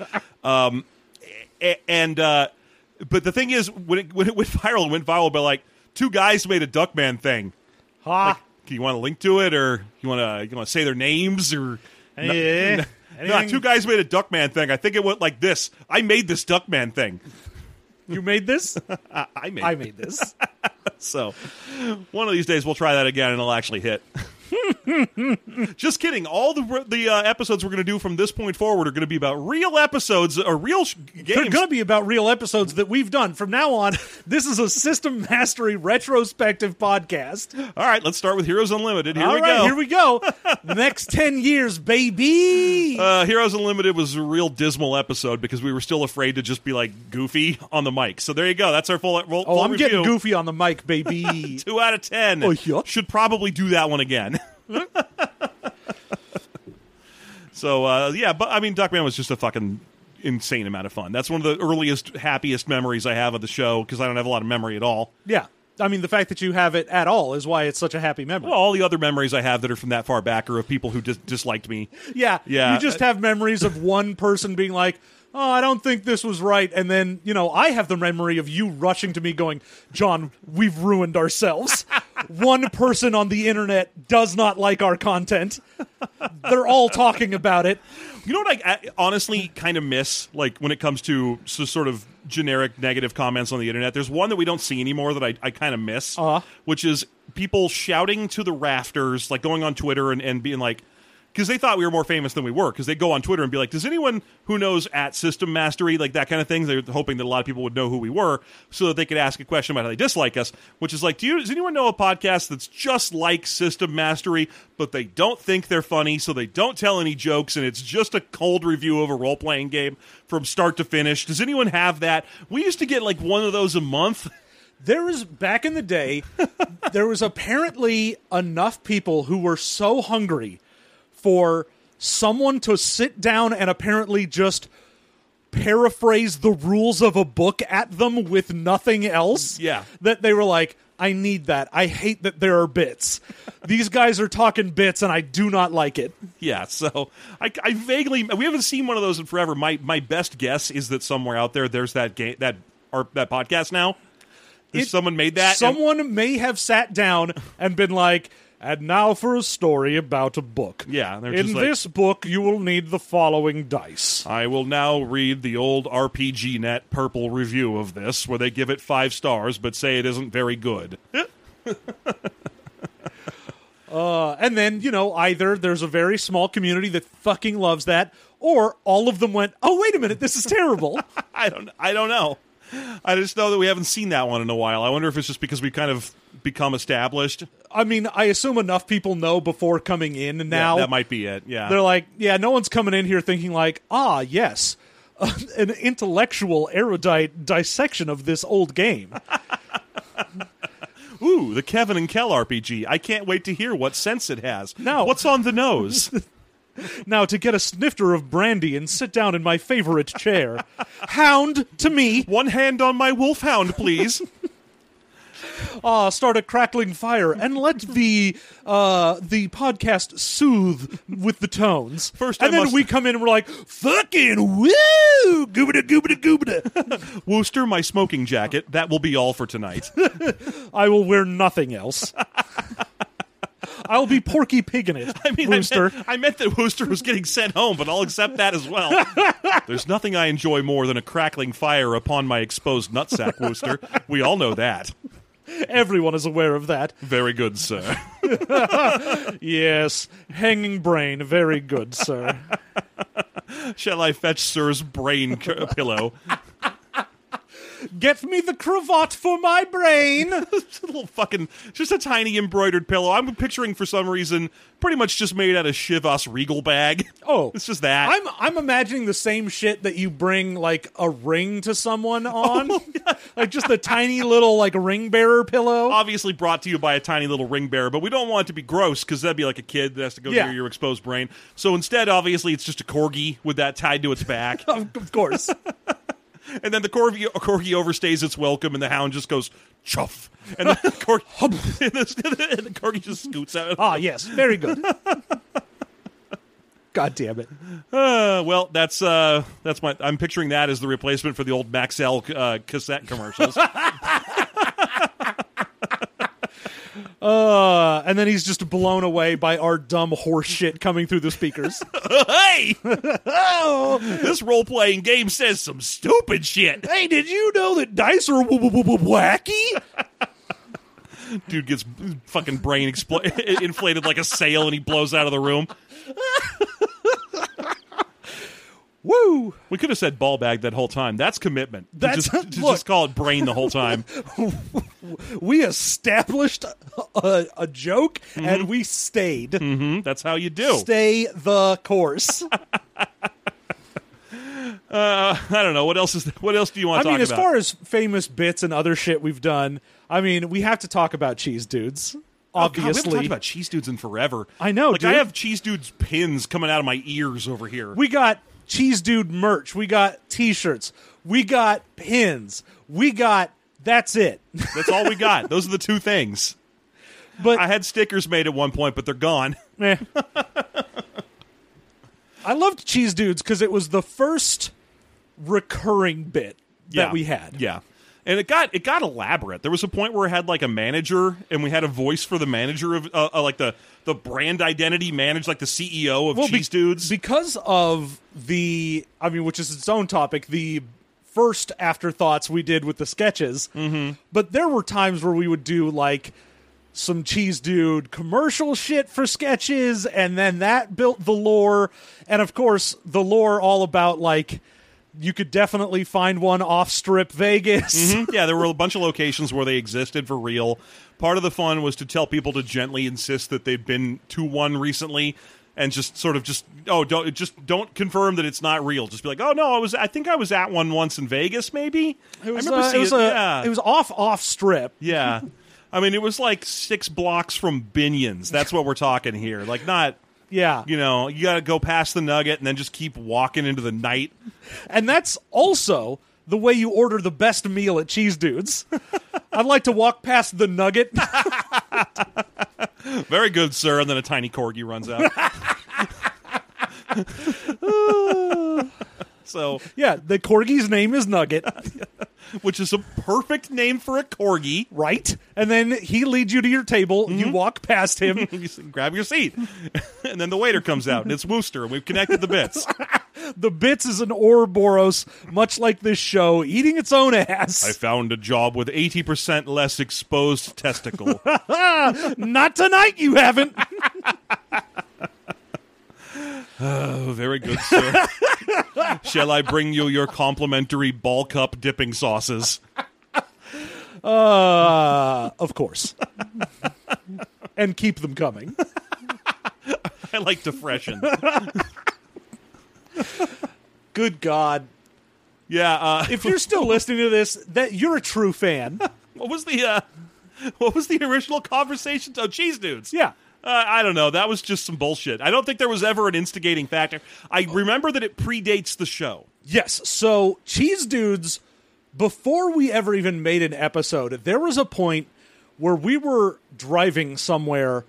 Speaker 1: um, a- and uh, but the thing is, when it, when it went viral, it went viral by like two guys made a Duckman thing.
Speaker 2: Ha.
Speaker 1: Do you want to link to it, or you want to you want to say their names, or
Speaker 2: Yeah.
Speaker 1: no, nah,
Speaker 2: eh, Anything-
Speaker 1: two guys made a Duckman thing. I think it went like this. I made this Duckman thing.
Speaker 2: you made this.
Speaker 1: I, I made.
Speaker 2: I
Speaker 1: it.
Speaker 2: made this.
Speaker 1: So one of these days we'll try that again and it'll actually hit. Just kidding. All the the uh, episodes we're going to do from this point forward are going to be about real episodes or real sh-
Speaker 2: They're
Speaker 1: games.
Speaker 2: going to be about real episodes that we've done. From now on, this is a system mastery retrospective podcast.
Speaker 1: All right, let's start with Heroes Unlimited. Here
Speaker 2: All
Speaker 1: we
Speaker 2: right,
Speaker 1: go.
Speaker 2: here we go. The next 10 years, baby.
Speaker 1: uh, Heroes Unlimited was a real dismal episode because we were still afraid to just be like goofy on the mic. So there you go. That's our full. full
Speaker 2: oh, I'm getting
Speaker 1: review.
Speaker 2: goofy on the mic, baby.
Speaker 1: Two out of ten.
Speaker 2: Oh, yeah.
Speaker 1: Should probably do that one again. so uh, yeah, but I mean, Duckman was just a fucking insane amount of fun. That's one of the earliest, happiest memories I have of the show because I don't have a lot of memory at all.
Speaker 2: yeah. I mean, the fact that you have it at all is why it's such a happy memory.
Speaker 1: All the other memories I have that are from that far back are of people who dis- disliked me.
Speaker 2: yeah.
Speaker 1: Yeah. Uh,
Speaker 2: You just have memories of one person being like, Oh, I don't think this was right. And then, you know, I have the memory of you rushing to me going, John, we've ruined ourselves. one person on the internet does not like our content. They're all talking about it.
Speaker 1: You know what I, I honestly kind of miss, like when it comes to so sort of generic negative comments on the internet. There's one that we don't see anymore that I, I kind of miss,
Speaker 2: Uh-huh.
Speaker 1: which is people shouting to the rafters, like going on Twitter and, and being like, because they thought we were more famous than we were. Because they go on Twitter and be like, "Does anyone who knows at System Mastery like that kind of thing?" They're hoping that a lot of people would know who we were, so that they could ask a question about how they dislike us. Which is like, do you? Does anyone know a podcast that's just like System Mastery, but they don't think they're funny, so they don't tell any jokes, and it's just a cold review of a role playing game from start to finish? Does anyone have that? We used to get like one of those a month.
Speaker 2: There was back in the day, there was apparently enough people who were so hungry for someone to sit down and apparently just paraphrase the rules of a book at them with nothing else.
Speaker 1: Yeah.
Speaker 2: That they were like, I need that. I hate that there are bits. These guys are talking bits and I do not like it.
Speaker 1: Yeah, so I, I vaguely we haven't seen one of those in forever. My my best guess is that somewhere out there there's that game that or that podcast now. Is
Speaker 2: It-
Speaker 1: someone made that? and-
Speaker 2: Someone may have sat down and been like, and now for a story about a book.
Speaker 1: Yeah, they're
Speaker 2: In
Speaker 1: just like-
Speaker 2: this book, you will need the following dice.
Speaker 1: I will now read the old RPG Net purple review of this, where they give it five stars but say it isn't very good.
Speaker 2: Uh, and then, you know, either there's a very small community that fucking loves that, or all of them went, oh, wait a minute, this is terrible.
Speaker 1: I don't. I don't know. I just know that we haven't seen that one in a while. I wonder if it's just because we've kind of become established.
Speaker 2: I mean, I assume enough people know before coming in and now.
Speaker 1: yeah, that might be it. Yeah,
Speaker 2: they're like, yeah, no one's coming in here thinking, like, ah, yes, an intellectual, erudite dissection of this old game.
Speaker 1: Ooh, the Kevin and Kel RPG. I can't wait to hear what sense it has.
Speaker 2: No.
Speaker 1: What's on the nose?
Speaker 2: now to get a snifter of brandy and sit down in my favorite chair. Hound to me.
Speaker 1: One hand on my wolfhound, please.
Speaker 2: Ah, start a crackling fire and let the uh, the podcast soothe with the tones.
Speaker 1: First I
Speaker 2: and then
Speaker 1: must-
Speaker 2: we come in and we're like, fucking woo, goobada goobada goobada.
Speaker 1: Wooster, my smoking jacket. That will be all for tonight.
Speaker 2: I will wear nothing else. I'll be Porky Pig in it.
Speaker 1: I mean,
Speaker 2: Rooster.
Speaker 1: I meant, I meant that Wooster was getting sent home, but I'll accept that as well. There's nothing I enjoy more than a crackling fire upon my exposed nutsack, Wooster. We all know that.
Speaker 2: Everyone is aware of that.
Speaker 1: Very good, sir.
Speaker 2: Yes, hanging brain, very good, sir.
Speaker 1: Shall I fetch sir's brain c- uh, pillow?
Speaker 2: Get me the cravat for my brain.
Speaker 1: It's a little fucking, just a tiny embroidered pillow. I'm picturing for some reason, pretty much just made out of Shivas regal bag.
Speaker 2: Oh,
Speaker 1: it's just that.
Speaker 2: I'm I'm imagining the same shit that you bring like a ring to someone on, like just a tiny little like ring bearer pillow.
Speaker 1: obviously brought to you by a tiny little ring bearer, but we don't want it to be gross because that'd be like a kid that has to go
Speaker 2: Yeah.
Speaker 1: near your exposed brain. So instead, obviously, it's just a corgi with that tied to its back.
Speaker 2: Oh, of of course,
Speaker 1: and then the corgi, corgi overstays its welcome, and the hound just goes chuff. And the, corgi, and the, and the corgi just scoots out.
Speaker 2: ah yes, very good. God damn it!
Speaker 1: Uh, well, that's uh, that's my. I'm picturing that as the replacement for the old Maxell uh, cassette commercials.
Speaker 2: Uh, and then he's just blown away by our dumb horse shit coming through the speakers.
Speaker 1: hey, this role playing game says some stupid shit.
Speaker 2: hey, did you know that dice are w- w- w- wacky?
Speaker 1: dude gets fucking brain expl- inflated like a sail and he blows out of the room.
Speaker 2: Woo!
Speaker 1: We could have said ball bag that whole time. That's commitment. To
Speaker 2: That's-
Speaker 1: just, to
Speaker 2: look.
Speaker 1: just call it brain the whole time.
Speaker 2: We established a, a, a joke and we stayed.
Speaker 1: Hmm, that's how you do.
Speaker 2: Stay the course.
Speaker 1: Uh, I don't know what else is what else do you want
Speaker 2: I
Speaker 1: to
Speaker 2: mean,
Speaker 1: talk
Speaker 2: as
Speaker 1: about?
Speaker 2: far as famous bits and other shit we've done, I mean, we have to talk about cheese dudes.
Speaker 1: Oh, God, we haven't
Speaker 2: Obviously,
Speaker 1: talked about cheese dudes in forever.
Speaker 2: I know,
Speaker 1: Like I
Speaker 2: dude.
Speaker 1: have cheese dudes pins coming out of my ears over here.
Speaker 2: we got cheese dude merch. We got T-shirts. We got pins. We got that's it.
Speaker 1: That's all we got. Those are the two things.
Speaker 2: But
Speaker 1: I had stickers made at one point, but they're gone.
Speaker 2: Meh. I loved Cheese Dudes because it was the first recurring bit that
Speaker 1: Yeah.
Speaker 2: we had.
Speaker 1: Yeah. And it got it got elaborate. There was a point where it had like a manager, and we had a voice for the manager of uh, uh, like the the brand identity managed like the CEO of
Speaker 2: Well, be-
Speaker 1: Cheese Dudes.
Speaker 2: because of the, I mean, which is its own topic, the first afterthoughts we did with the sketches. Mm-hmm. But there were times where we would do like some Cheese Dude commercial shit for sketches, and then that built the lore. And of course, the lore all about like. You could definitely find one off strip Vegas.
Speaker 1: Mhm. yeah, there were a bunch of locations where they existed for real. Part of the fun was to tell people to gently insist that they've been to one recently, and just sort of just oh don't just don't confirm that it's not real. Just be like oh no, I was I think I was at one once in Vegas maybe.
Speaker 2: It was,
Speaker 1: I remember
Speaker 2: uh,
Speaker 1: seeing
Speaker 2: it was, a-
Speaker 1: yeah.
Speaker 2: it was off off strip.
Speaker 1: Yeah. I mean, it was like six blocks from Binion's. That's what we're talking here. Like, not,
Speaker 2: Yeah.
Speaker 1: you know, you got to go past the nugget and then just keep walking into the night.
Speaker 2: And that's also the way you order the best meal at Cheese Dudes. I'd like to walk past the nugget.
Speaker 1: Very good, sir. And then a tiny corgi runs out. so,
Speaker 2: yeah, the corgi's name is Nugget,
Speaker 1: which is a perfect name for a corgi.
Speaker 2: right? Mm-hmm. And then he leads you to your table, you walk past him.
Speaker 1: You s- grab your seat. and then the waiter comes out and it's Wooster. And we've connected the bits.
Speaker 2: the bits is an Ouroboros, much like this show, eating its own
Speaker 1: I
Speaker 2: ass.
Speaker 1: found a job with 80% less exposed testicle.
Speaker 2: Not tonight, you haven't.
Speaker 1: Oh, very good, sir. Shall I bring you your complimentary ball cup dipping sauces?
Speaker 2: Uh, of course. and keep them coming.
Speaker 1: I like to freshen.
Speaker 2: Good God.
Speaker 1: Yeah. Uh,
Speaker 2: if you're still listening to this, that you're a true fan.
Speaker 1: what was the uh, What was the original conversation? Oh, cheese dudes.
Speaker 2: Yeah.
Speaker 1: Uh, I don't know. That was just some bullshit. I don't think there was ever an instigating factor. I remember that it predates the show.
Speaker 2: Yes. So, Cheese Dudes, before we ever even made an episode, there was a point where we were driving somewhere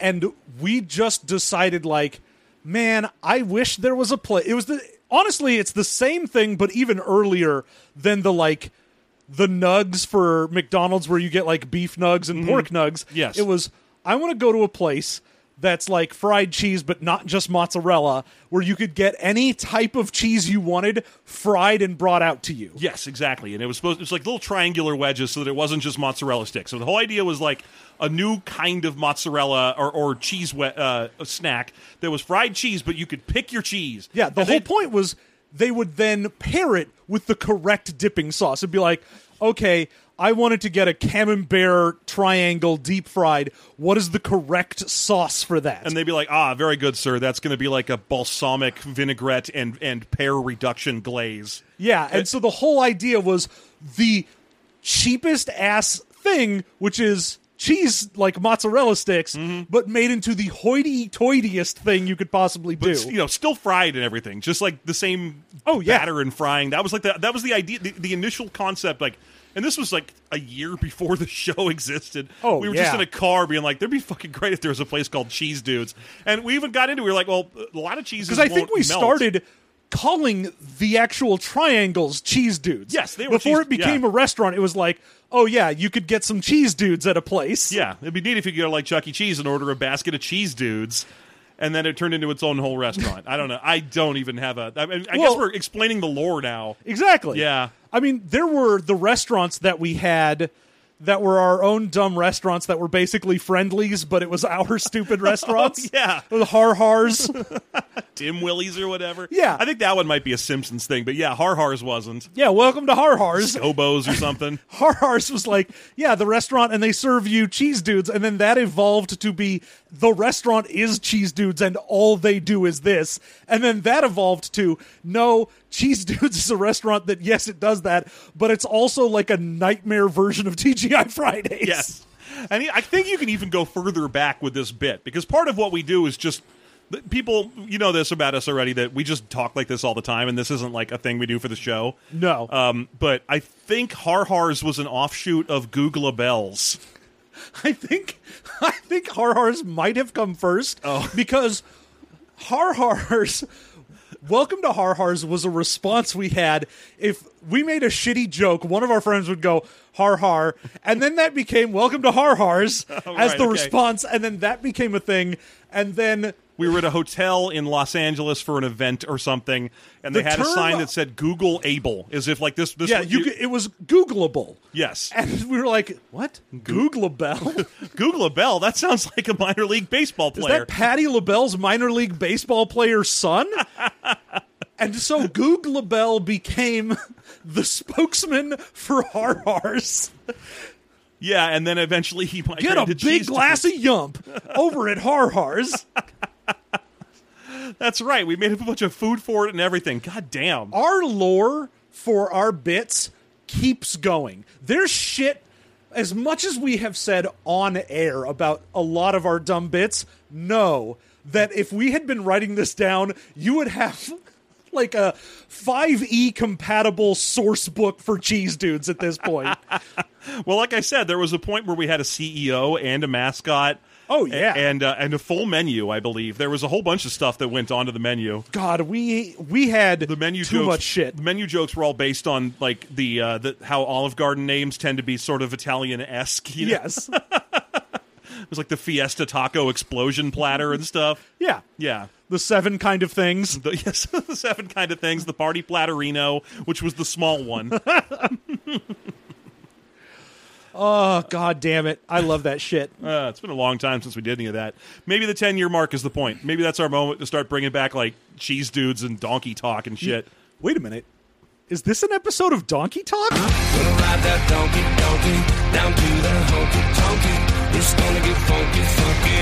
Speaker 2: and we just decided, like, man, I wish there was a place. It was the, honestly, it's the same thing, but even earlier than the, like, the nugs for McDonald's where you get like beef nugs and pork nugs.
Speaker 1: Mm-hmm. Yes.
Speaker 2: It was, I want to go to a place that's like fried cheese, but not just mozzarella, where you could get any type of cheese you wanted fried and brought out to you.
Speaker 1: Yes, exactly. And it was supposed it was like little triangular wedges so that it wasn't just mozzarella sticks. So the whole idea was like a new kind of mozzarella or, or cheese we- uh, snack that was fried cheese, but you could pick your cheese.
Speaker 2: Yeah, the
Speaker 1: And
Speaker 2: whole
Speaker 1: they-
Speaker 2: point was they would then pair it with the correct dipping sauce. It'd be like, okay, I wanted to get a camembert triangle deep fried. What is the correct sauce for that?
Speaker 1: And they'd be like, ah, very good, sir. That's going to be like a balsamic vinaigrette and, and pear reduction glaze.
Speaker 2: yeah, and so the whole idea was the cheapest ass thing, which is cheese like mozzarella sticks,
Speaker 1: Mm-hmm.
Speaker 2: but made into the hoity-toityiest thing you could possibly do.
Speaker 1: It's, you know, still fried and everything, just like the same
Speaker 2: Oh, yeah.
Speaker 1: batter and frying. That was like the, that was the idea, the, the initial concept. Like, and this was like a year before the show existed.
Speaker 2: Oh,
Speaker 1: we were
Speaker 2: yeah.
Speaker 1: just in a car being like, "There'd be fucking great if there was a place called Cheese Dudes." And we even got into, it. we were like, "Well, a lot of cheeses."
Speaker 2: because I think
Speaker 1: won't
Speaker 2: we
Speaker 1: melt.
Speaker 2: started calling the actual triangles cheese dudes.
Speaker 1: Yes, they were
Speaker 2: before
Speaker 1: cheese-
Speaker 2: it became
Speaker 1: yeah.
Speaker 2: a restaurant. It was like, oh yeah, you could get some cheese dudes at a place.
Speaker 1: Yeah, it'd be neat if you could go to like Chuck E. Cheese and order a basket of cheese dudes. And then it turned into its own whole restaurant. I don't know. I don't even have a. I, mean, I
Speaker 2: Well-
Speaker 1: guess we're explaining the lore now.
Speaker 2: exactly.
Speaker 1: Yeah.
Speaker 2: I mean, there were the restaurants that we had that were our own dumb restaurants that were basically friendlies, but it was our stupid restaurants.
Speaker 1: Oh, yeah.
Speaker 2: the har hars.
Speaker 1: Dim Willies or whatever.
Speaker 2: Yeah.
Speaker 1: I think that one might be a Simpsons thing, but yeah, Har Har's wasn't.
Speaker 2: yeah, welcome to har hars.
Speaker 1: Hobos or something.
Speaker 2: Har Hars was like, yeah, the restaurant, and they serve you cheese dudes, and then that evolved to be the restaurant is cheese dudes, and all they do is this, and then that evolved to no, cheese dudes is a restaurant that yes, it does that, but it's also like a nightmare version of TGI Fridays.
Speaker 1: yes. And he- I think you can even go further back with this bit because part of what we do is just th- people you know this about us already that we just talk like this all the time and this isn't like a thing we do for the show
Speaker 2: No.
Speaker 1: um, but i think har har's was an offshoot of google bells
Speaker 2: I think I think Har Hars might have come first because Har Hars Welcome to Har Hars was a response we had if we made a shitty joke one of our friends would go har har and then that became welcome to Har Hars as
Speaker 1: right,
Speaker 2: the
Speaker 1: okay.
Speaker 2: response and then that became a thing and then
Speaker 1: we were at a hotel in los angeles for an event or something and they
Speaker 2: The
Speaker 1: had a
Speaker 2: term-
Speaker 1: sign that said google able as if like this this
Speaker 2: yeah you, could- it was googleable
Speaker 1: yes
Speaker 2: and we were like what Google LaBelle
Speaker 1: Google a bell. That sounds like a minor league baseball
Speaker 2: Is
Speaker 1: player.
Speaker 2: that Patty LaBelle's minor league baseball player's son? and so Goog LaBelle became the spokesman for Har Hars.
Speaker 1: yeah, and then eventually he might
Speaker 2: Get a big glass of yump over at Har Hars.
Speaker 1: That's right. We made up a bunch of food for it and everything. God damn.
Speaker 2: Our lore for our bits keeps going. There's shit. As much as we have said on air about a lot of our dumb bits, no, that if we had been writing this down, you would have like a 5e compatible source book for cheese dudes at this point. Oh.
Speaker 1: Well, like I said, there was a point where we had a CEO and a mascot.
Speaker 2: Oh,
Speaker 1: a-
Speaker 2: yeah.
Speaker 1: and uh, and a full menu. I believe there was a whole bunch of stuff that went onto the menu.
Speaker 2: God, we we had
Speaker 1: The menu
Speaker 2: too
Speaker 1: jokes,
Speaker 2: much shit.
Speaker 1: The menu jokes were all based on like the uh, the how Olive Garden names tend to be sort of Italian esque. You know?
Speaker 2: Yes.
Speaker 1: it was like the Fiesta Taco Explosion platter and stuff.
Speaker 2: yeah.
Speaker 1: Yeah.
Speaker 2: The seven kind of things.
Speaker 1: The, yes, the seven kind of things. The party platterino, which was the small one.
Speaker 2: Oh god damn it. I love that shit.
Speaker 1: Uh, it's been a long time since we did any of that. Maybe the ten year mark is the point. Maybe that's our moment to start bringing back like cheese dudes and donkey talk and shit.
Speaker 2: Wait a minute. Is this an episode of Donkey Talk?
Speaker 3: Gonna ride that donkey, donkey, down to the honky tonky. It's gonna get funky, funky.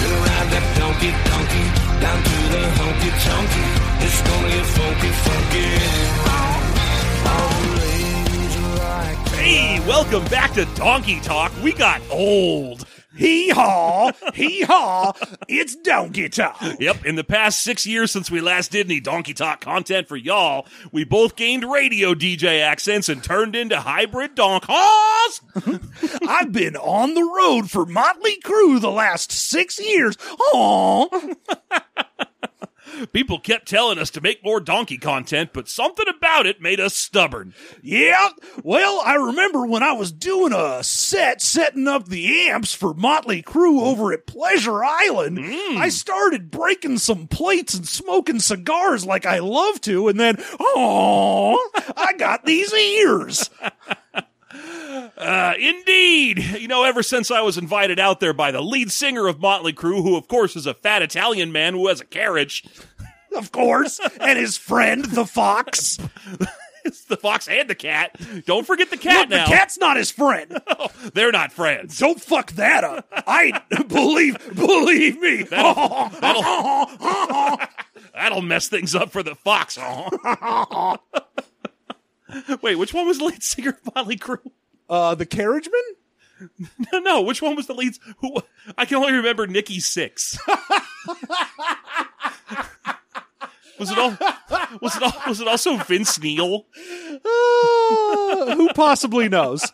Speaker 3: Gonna ride that donkey, donkey, down to the honky tonky. It's gonna get funky, funky. All ladies like
Speaker 1: Hey, welcome back to Donkey Talk. We got old.
Speaker 2: Hee haw, hee haw, it's Donkey Talk.
Speaker 1: Yep, in the past six years since we last did any Donkey Talk content for y'all, we both gained radio DJ accents and turned into hybrid donkeys.
Speaker 2: I've been on the road for Motley Crue the last six years. Aw.
Speaker 1: People kept telling us to make more donkey content, but something about it made us stubborn.
Speaker 2: Yeah. Well, I remember when I was doing a set setting up the amps for Motley Crue over at Pleasure Island, I started breaking some plates and smoking cigars like I love to, and then, oh, I got these ears.
Speaker 1: Uh, indeed. You know, ever since I was invited out there by the lead singer of Motley Crue, who of course is a fat Italian man who has a carriage,
Speaker 2: Of course, and his friend the fox.
Speaker 1: it's the fox and the cat. Don't forget the cat
Speaker 2: Look,
Speaker 1: now.
Speaker 2: the cat's not his friend.
Speaker 1: They're not friends.
Speaker 2: Don't fuck that up. I believe believe me.
Speaker 1: That'll mess things up for the fox. Wait, which one was the lead singer of Motley Crue?
Speaker 2: uh, the carriageman?
Speaker 1: No, no, which one was the lead? Who? I can only remember Nikki Six. was it all? Was it all? Was it also Vince Neil?
Speaker 2: Uh, who possibly knows?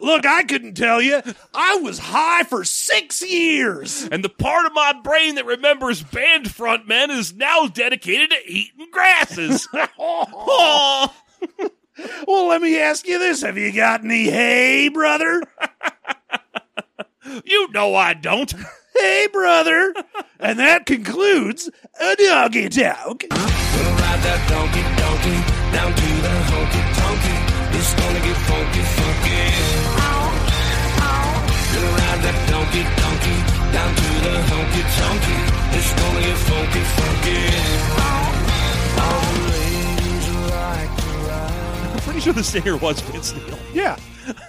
Speaker 2: Look, I couldn't tell you. I was high for six years.
Speaker 1: And the part of my brain that remembers band frontmen is now dedicated to eating grasses. Aw.
Speaker 2: Well, let me ask you this: Have you got any hay, brother?
Speaker 1: you know I don't.
Speaker 2: Hey, brother. And that concludes a doggy talk.
Speaker 3: Gonna ride that donkey, donkey, down to the honky tonky. It's gonna get funky, funky. Gonna ride that donkey, donkey, down to the honky tonky. It's gonna get funky, funky. All lanes like to ride.
Speaker 1: I'm pretty sure the singer was Vince Neil.
Speaker 2: Yeah,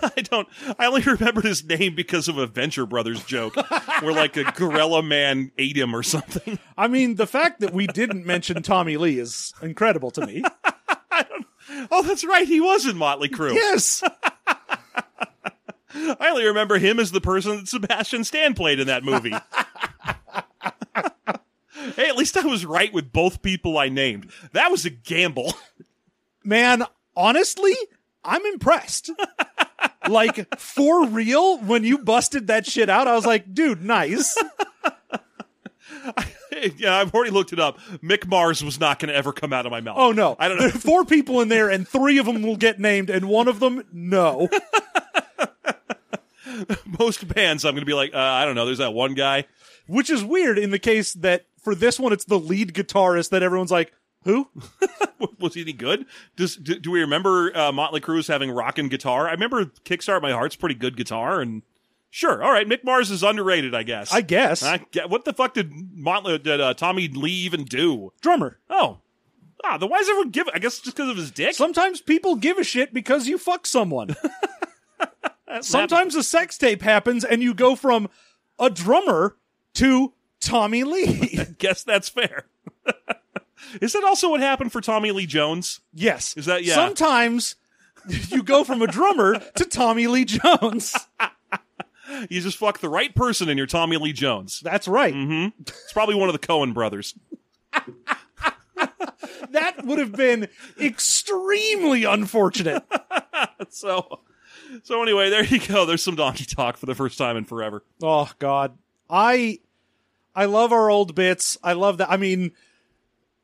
Speaker 1: I don't. I only remembered his name because of a Venture Brothers joke, where like a gorilla man ate him or something.
Speaker 2: I mean the fact that we didn't mention Tommy Lee is incredible to me.
Speaker 1: Oh, that's right, he was in Motley Crue.
Speaker 2: Yes,
Speaker 1: I only remember him as the person that Sebastian Stan played in that movie. hey, at least I was right with both people I named. That was a gamble.
Speaker 2: man. Honestly, I'm impressed. Like for real, when you busted that shit out, I was like, dude, nice.
Speaker 1: yeah, I've already looked it up. Mick Mars was not going to ever come out of my mouth.
Speaker 2: Oh no!
Speaker 1: I don't
Speaker 2: There
Speaker 1: know.
Speaker 2: are four people in there, and three of them will get named, and one of them no.
Speaker 1: Most bands, I'm going to be like, uh, I don't know. There's that one guy.
Speaker 2: Which is weird in the case that for this one, it's the lead guitarist that everyone's like, "Who?"
Speaker 1: W- Was he any good? Does do, do we remember uh, Motley Crue as having rockin' guitar? I remember Kickstart My Heart's pretty good guitar, and sure, all right, Mick Mars is underrated, I guess.
Speaker 2: I guess
Speaker 1: I ge- what the fuck did Motley did uh, Tommy Lee even do?
Speaker 2: drummer.
Speaker 1: Oh, ah, then why does everyone give? I guess just because of his dick.
Speaker 2: Sometimes people give a shit because you fuck someone. Sometimes a sex tape happens, and you go from a drummer to Tommy Lee.
Speaker 1: guess that's fair. is that also what happened for Tommy Lee Jones?
Speaker 2: yes,
Speaker 1: Is that- yeah.
Speaker 2: Sometimes you go from a drummer to Tommy Lee Jones.
Speaker 1: You just fuck the right person, and you're Tommy Lee Jones.
Speaker 2: That's right.
Speaker 1: Mm-hmm. It's probably one of the Cohen brothers.
Speaker 2: That would have been extremely unfortunate.
Speaker 1: So, so anyway, there you go. There's some donkey talk for the first time in forever.
Speaker 2: Oh God, I I love our old bits. I love that. I mean,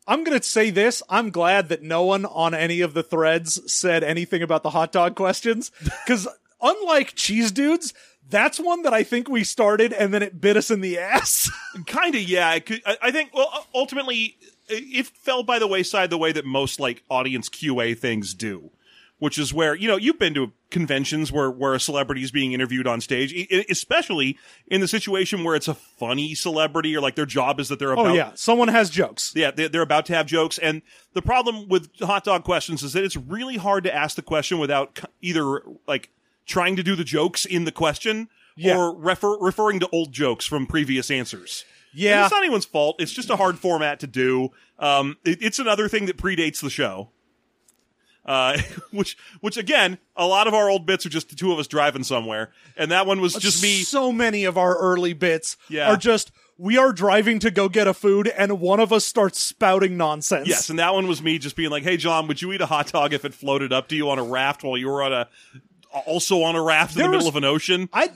Speaker 2: I'm gonna say this. I'm glad that no one on any of the threads said anything about the hot dog questions because unlike cheese dudes. That's one that I think we started and then it bit us in the ass.
Speaker 1: Kind of, yeah. I, could, I, I think. Well, ultimately, it fell by the wayside the way that most like audience QA things do, which is where you know you've been to conventions where where a celebrity is being interviewed on stage, e- e- especially in the situation where it's a funny celebrity or like their job is that they're about
Speaker 2: oh yeah, someone has jokes.
Speaker 1: Yeah, they- they're about to have jokes, and the problem with hot dog questions is that it's really hard to ask the question without c- either like trying to do the jokes in the question
Speaker 2: Yeah.
Speaker 1: or refer- referring to old jokes from previous answers.
Speaker 2: Yeah.
Speaker 1: And it's not anyone's fault. It's just a hard format to do. Um, it- it's another thing that predates the show. Uh, which, which again, a lot of our old bits are just the two of us driving somewhere, and that one was just me.
Speaker 2: So many of our early bits
Speaker 1: Yeah.
Speaker 2: are just we are driving to go get a food and one of us starts spouting nonsense.
Speaker 1: Yes, and that one was me just being like, "Hey, John, would you eat a hot dog if it floated up to you on a raft while you were on a also on a raft in
Speaker 2: There
Speaker 1: the middle of
Speaker 2: was-
Speaker 1: an ocean?"
Speaker 2: I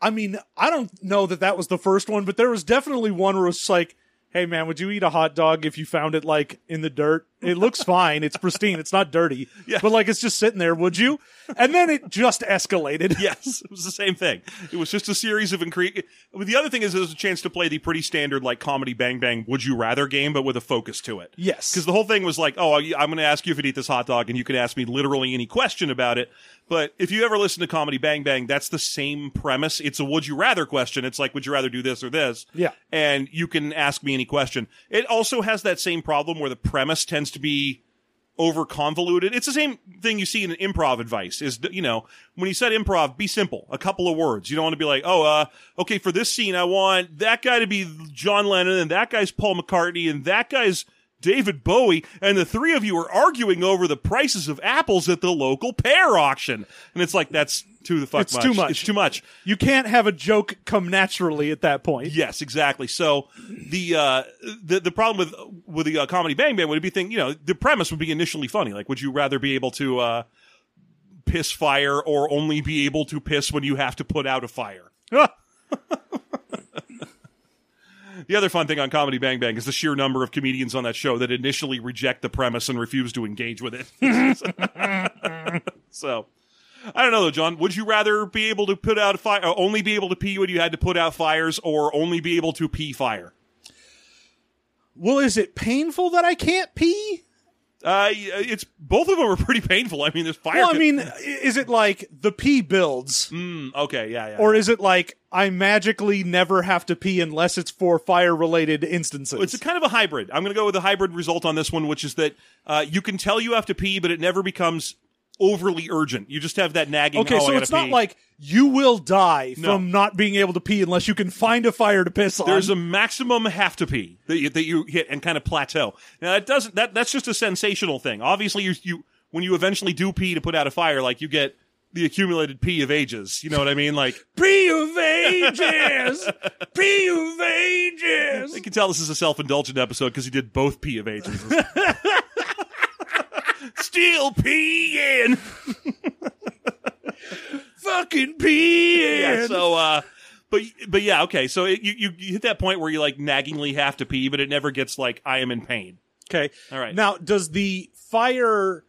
Speaker 2: I mean, I don't know that that was the first one, but there was definitely one where it's like, hey man, would you eat a hot dog if you found it like in the dirt? It looks fine. It's pristine. It's not dirty.
Speaker 1: Yeah.
Speaker 2: But like it's just sitting there, would you? And then it just escalated.
Speaker 1: Yes, it was the same thing. It was just a series of incre Well, the other thing is, there's a chance to play the pretty standard like comedy Bang Bang Would You Rather game, but with a focus to it.
Speaker 2: Yes.
Speaker 1: because the whole thing was like, oh, I- I'm going to ask you if you'd eat this hot dog, and you can ask me literally any question about it. But if you ever listen to comedy Bang Bang, that's the same premise. It's a Would You Rather question. It's like, would you rather do this or this?
Speaker 2: Yeah.
Speaker 1: and you can ask me any question. It also has that same problem where the premise tends to be over convoluted. It's the same thing you see in an improv advice is, that, you know, when you said improv, be simple, a couple of words. You don't want to be like, oh, uh, okay, for this scene, I want that guy to be John Lennon and that guy's Paul McCartney and that guy's David Bowie. And the three of you are arguing over the prices of apples at the local pear auction. And it's like, that's too the fuck
Speaker 2: It's too much.
Speaker 1: It's too much.
Speaker 2: You can't have a joke come naturally at that point.
Speaker 1: Yes, exactly. So the uh, the the problem with with the uh, comedy Bang Bang would be thing. You know, the premise would be initially funny. Like, would you rather be able to uh, piss fire or only be able to piss when you have to put out a fire? The other fun thing on Comedy Bang Bang is the sheer number of comedians on that show that initially reject the premise and refuse to engage with it. so, I don't know though, John. Would you rather be able to put out a fire, or only be able to pee when you had to put out fires, or only be able to pee fire?
Speaker 2: Well, is it painful that I can't pee?
Speaker 1: Uh, it's both of them are pretty painful. I mean, there's fire.
Speaker 2: Well, I
Speaker 1: pit-
Speaker 2: mean, i- is it like the pee builds?
Speaker 1: Mm, okay, yeah, yeah.
Speaker 2: Or is it like I magically never have to pee unless it's for fire related instances?
Speaker 1: it's a kind of a hybrid. I'm going to go with a hybrid result on this one, which is that uh, you can tell you have to pee, but it never becomes overly urgent. You just have that nagging.
Speaker 2: okay,
Speaker 1: "Oh, I
Speaker 2: so
Speaker 1: gotta
Speaker 2: it's not
Speaker 1: pee."
Speaker 2: like you will die
Speaker 1: No.
Speaker 2: from not being able to pee unless you can find a fire to piss on.
Speaker 1: There's a maximum have to pee that you, that you hit and kind of plateau. Now that doesn't that that's just a sensational thing. Obviously, you you when you eventually do pee to put out a fire, like you get the accumulated pee of ages. You know what I mean? Like
Speaker 2: pee of ages! pee of ages!
Speaker 1: you can tell this is a self indulgent episode because he did both pee of ages. Still peeing.
Speaker 2: Fucking pee!
Speaker 1: Yeah. So, uh, but but yeah, okay. So it, you, you you hit that point where you like naggingly have to pee, but it never gets like I am in pain.
Speaker 2: Okay.
Speaker 1: All right.
Speaker 2: Now, does the fire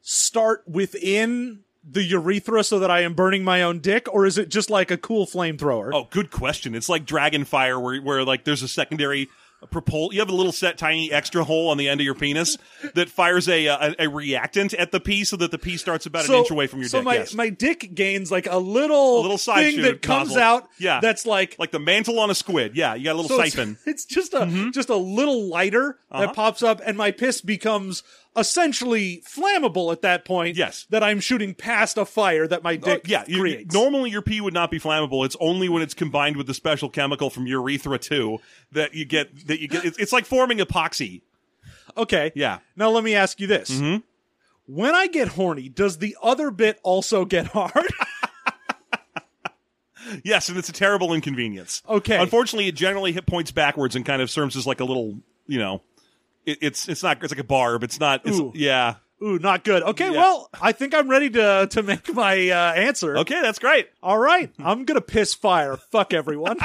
Speaker 2: start within the urethra so that I am burning my own dick, or is it just like a cool flamethrower?
Speaker 1: Oh, good question. It's like Dragon Fire, where where like there's a secondary propul. You have a little set tiny extra hole on the end of your penis that fires a uh, a, a reactant at the pee, so that the pee starts about an inch away from your
Speaker 2: so
Speaker 1: dick.
Speaker 2: my,
Speaker 1: yes.
Speaker 2: my dick gains like a little,
Speaker 1: little side
Speaker 2: thing
Speaker 1: shoot
Speaker 2: that comes
Speaker 1: nozzle.
Speaker 2: out
Speaker 1: Yeah.
Speaker 2: that's like,
Speaker 1: like the mantle on a squid. Yeah, you got a little
Speaker 2: so it's-
Speaker 1: siphon. Mm-hmm. Uh-huh.
Speaker 2: It's, just a just a little lighter that pops up and my piss becomes essentially flammable at that point.
Speaker 1: Yes. Uh,
Speaker 2: That I'm shooting past a fire that my dick
Speaker 1: yeah, you-
Speaker 2: creates.
Speaker 1: normally your pee would not be flammable. It's only when it's combined with the special chemical from urethra two that you get that you get. It's, it's like forming epoxy.
Speaker 2: Okay.
Speaker 1: Yeah. Mm-hmm.
Speaker 2: Now let me ask you this. When I get horny, does the other bit also get hard?
Speaker 1: Yes, and it's a terrible inconvenience.
Speaker 2: Okay.
Speaker 1: Unfortunately, it generally hit points backwards and kind of serves as like a little, you know, it, it's it's not it's like a barb. It's not. It's,
Speaker 2: Ooh.
Speaker 1: yeah.
Speaker 2: Ooh, not good. Okay,
Speaker 1: Yeah.
Speaker 2: well, I think I'm ready to to make my uh, answer.
Speaker 1: Okay, Mm-hmm. that's great.
Speaker 2: All right. I'm going to piss fire. Fuck everyone.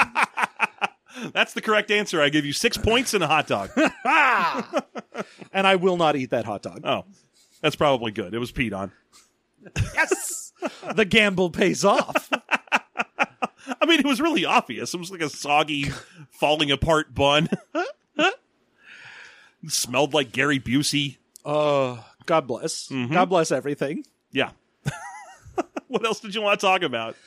Speaker 1: That's the correct answer. I give you six points and a hot dog.
Speaker 2: and I will not eat that hot dog.
Speaker 1: oh, that's probably good. It was peed on.
Speaker 2: yes. the gamble pays off.
Speaker 1: I mean, it was really obvious. It was like a soggy, falling apart bun. It smelled like Gary Busey.
Speaker 2: Uh, God bless.
Speaker 1: Mm-hmm.
Speaker 2: God bless everything.
Speaker 1: Yeah. what else did you want to talk about?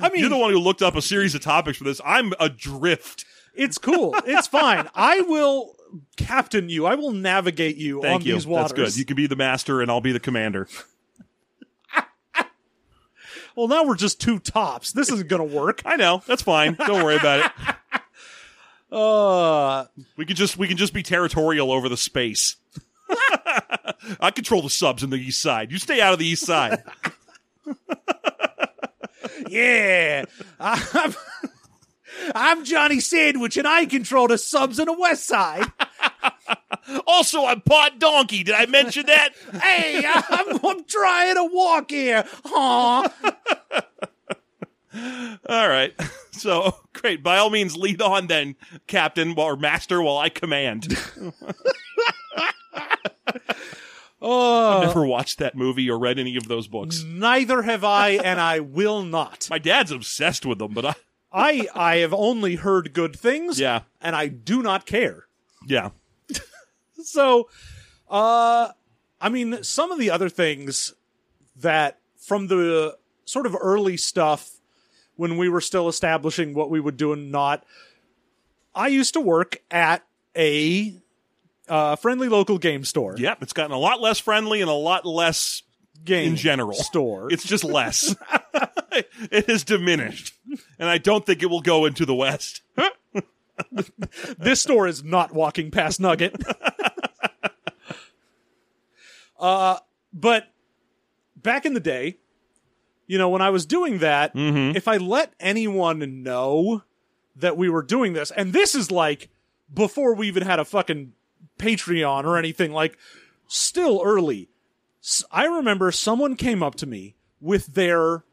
Speaker 2: I mean,
Speaker 1: You're the one who looked up a series of topics for this. I'm adrift.
Speaker 2: it's cool. It's fine. I will captain you. I will navigate you
Speaker 1: Thank
Speaker 2: on
Speaker 1: you.
Speaker 2: these waters.
Speaker 1: That's good. You can be the master, and I'll be the commander.
Speaker 2: Well, now we're just two tops. This isn't going to work.
Speaker 1: I know. That's fine. Don't worry about it.
Speaker 2: Uh,
Speaker 1: We can just we can just be territorial over the space. I control the subs in the east side. You stay out of the east side.
Speaker 2: yeah. I'm, I'm Johnny Sandwich, and I control the subs on the west side.
Speaker 1: Also, I'm pot donkey. Did I mention that?
Speaker 2: Hey, I'm, I'm trying to walk here. Aw.
Speaker 1: All right. So Great. By all means, lead on then, Captain or Master, while I command.
Speaker 2: Oh,
Speaker 1: Never watched that movie or read any of those books.
Speaker 2: neither have I, and I will not.
Speaker 1: My dad's obsessed with them, but I,
Speaker 2: I I have only heard good things.
Speaker 1: Yeah.
Speaker 2: and I do not care.
Speaker 1: yeah,
Speaker 2: So, uh, I mean, some of the other things that from the sort of early stuff when we were still establishing what we would do and not, I used to work at a uh, friendly local game store.
Speaker 1: yep. It's gotten a lot less friendly and a lot less
Speaker 2: Game
Speaker 1: in general.
Speaker 2: store.
Speaker 1: It's just less. it has diminished, and I don't think it will go into the West.
Speaker 2: this store is not walking past Nugget. uh, Uh, but back in the day, you know, when I was doing that, if I let anyone know that we were doing this, and this is like before we even had a fucking Patreon or anything, like still early. S- I remember someone came up to me with their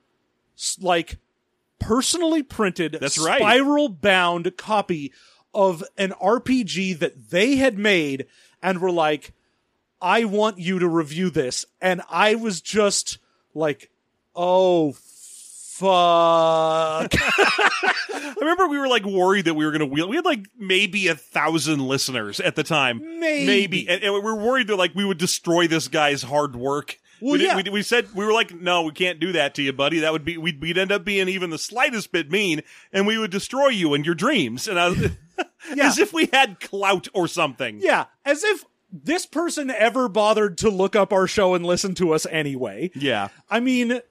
Speaker 2: s- like personally printed
Speaker 1: That's right.
Speaker 2: spiral bound copy of an RPG that they had made and were like I want you to review this and I was just like oh fuck
Speaker 1: I remember we were like worried that we were going to wheel. We had like maybe a thousand listeners at the time,
Speaker 2: Maybe.
Speaker 1: and, and we were worried that like we would destroy this guy's hard work.
Speaker 2: Well,
Speaker 1: we, did-
Speaker 2: yeah.
Speaker 1: we, we said we were like, no, we can't do that to you, buddy. That would be we'd, we'd end up being even the slightest bit mean, and we would destroy you and your dreams. And I, was- as if we had clout or something.
Speaker 2: Yeah, as if this person ever bothered to look up our show and listen to us anyway.
Speaker 1: yeah,
Speaker 2: I mean,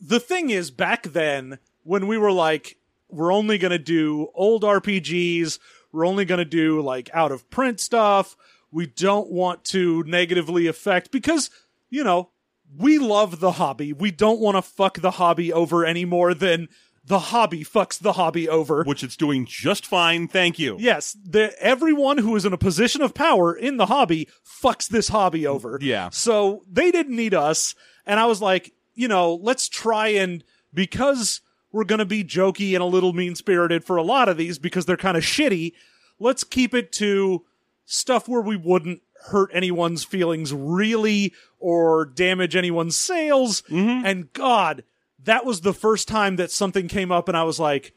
Speaker 2: the thing is, back then, when we were like, we're only going to do old RPGs, we're only going to do like out of print stuff, we don't want to negatively affect, because, you know, we love the hobby. We don't want to fuck the hobby over any more than the hobby fucks the hobby over.
Speaker 1: which it's doing just fine. Thank you.
Speaker 2: Yes, the, everyone who is in a position of power in the hobby fucks this hobby over.
Speaker 1: Yeah.
Speaker 2: So they didn't need us. And I was like, you know, let's try and because we're going to be jokey and a little mean spirited for a lot of these because they're kind of shitty, let's keep it to stuff where we wouldn't hurt anyone's feelings really or damage anyone's sales.
Speaker 1: Mm-hmm.
Speaker 2: And God, that was the first time that something came up and I was like,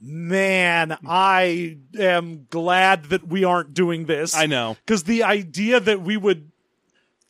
Speaker 2: man, I am glad that we aren't doing this.
Speaker 1: I know.
Speaker 2: Because the idea that we would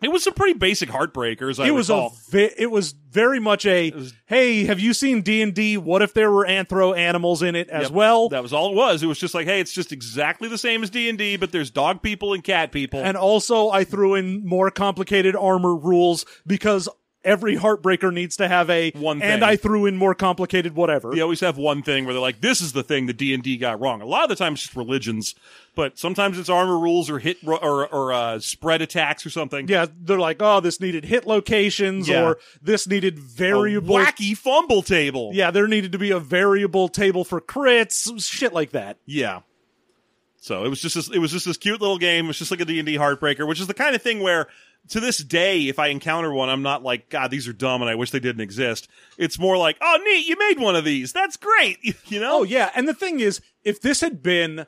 Speaker 1: It was some pretty basic heartbreakers. I
Speaker 2: it was a
Speaker 1: recall.
Speaker 2: ve- it was very much a hey have you seen d&d what if there were anthro animals in it as
Speaker 1: Yep.
Speaker 2: well
Speaker 1: That was all it was. It was just like, hey, it's just exactly the same as D and D, but there's dog people and cat people.
Speaker 2: and also i threw in more complicated armor rules because every heartbreaker needs to have a
Speaker 1: One thing.
Speaker 2: and i threw in more complicated whatever
Speaker 1: they always have one thing where they're like, this is the thing that D and D got wrong. A lot of the time, it's just religions, but sometimes it's armor rules or hit ro- or or uh, spread attacks or something.
Speaker 2: yeah they're like oh this needed hit locations
Speaker 1: Yeah.
Speaker 2: or this needed
Speaker 1: A
Speaker 2: variable
Speaker 1: wacky fumble table.
Speaker 2: yeah there needed to be a variable table for crits shit like that
Speaker 1: Yeah. So it was just this, it was just this cute little game. It was just like a D and D heartbreaker, which is the kind of thing where to this day, if I encounter one, I'm not like God, these are dumb, and I wish they didn't exist. It's more like, oh, neat, you made one of these. That's great. You know?
Speaker 2: Oh yeah, and the thing is, if this had been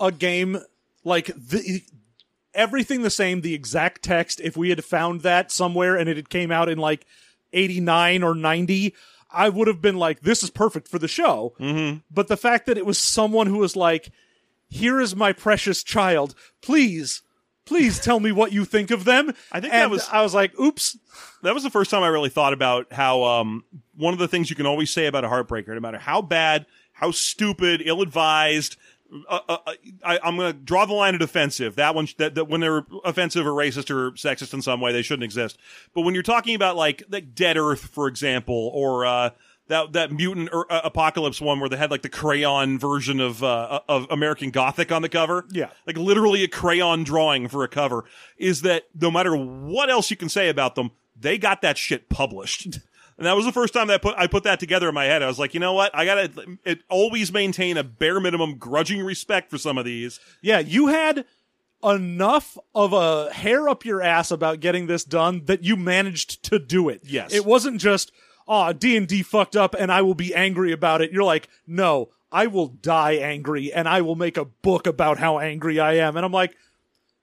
Speaker 2: a game like the everything the same, the exact text, if we had found that somewhere and it had came out in like 89 or 90, I would have been like this is perfect for the show. Mm-hmm. But the fact that it was someone who was like here is my precious child. Please Please tell me what you think of them.
Speaker 1: I think
Speaker 2: and
Speaker 1: that was-
Speaker 2: I was like, "Oops,
Speaker 1: that was the first time I really thought about how um, one of the things you can always say about a heartbreaker, no matter how bad, how stupid, ill advised. Uh, uh, uh, I, I'm going to draw the line at offensive. That one, sh- that, that when they're offensive or racist or sexist in some way, they shouldn't exist. But when you're talking about like like Dead Earth, for example, or uh, that that mutant er, uh, apocalypse one where they had like the crayon version of uh, of American Gothic on the cover,
Speaker 2: Yeah.
Speaker 1: like literally a crayon drawing for a cover, is that no matter what else you can say about them, they got that shit published. And that was the first time that I put I put that together in my head. I was like, you know what? I gotta it, always maintain a bare minimum grudging respect for some of these.
Speaker 2: Yeah, you had enough of a hair up your ass about getting this done that you managed to do it.
Speaker 1: Yes.
Speaker 2: It wasn't just, ah, D&D fucked up and I will be angry about it. You're like, no, I will die angry and I will make a book about how angry I am. And I'm like,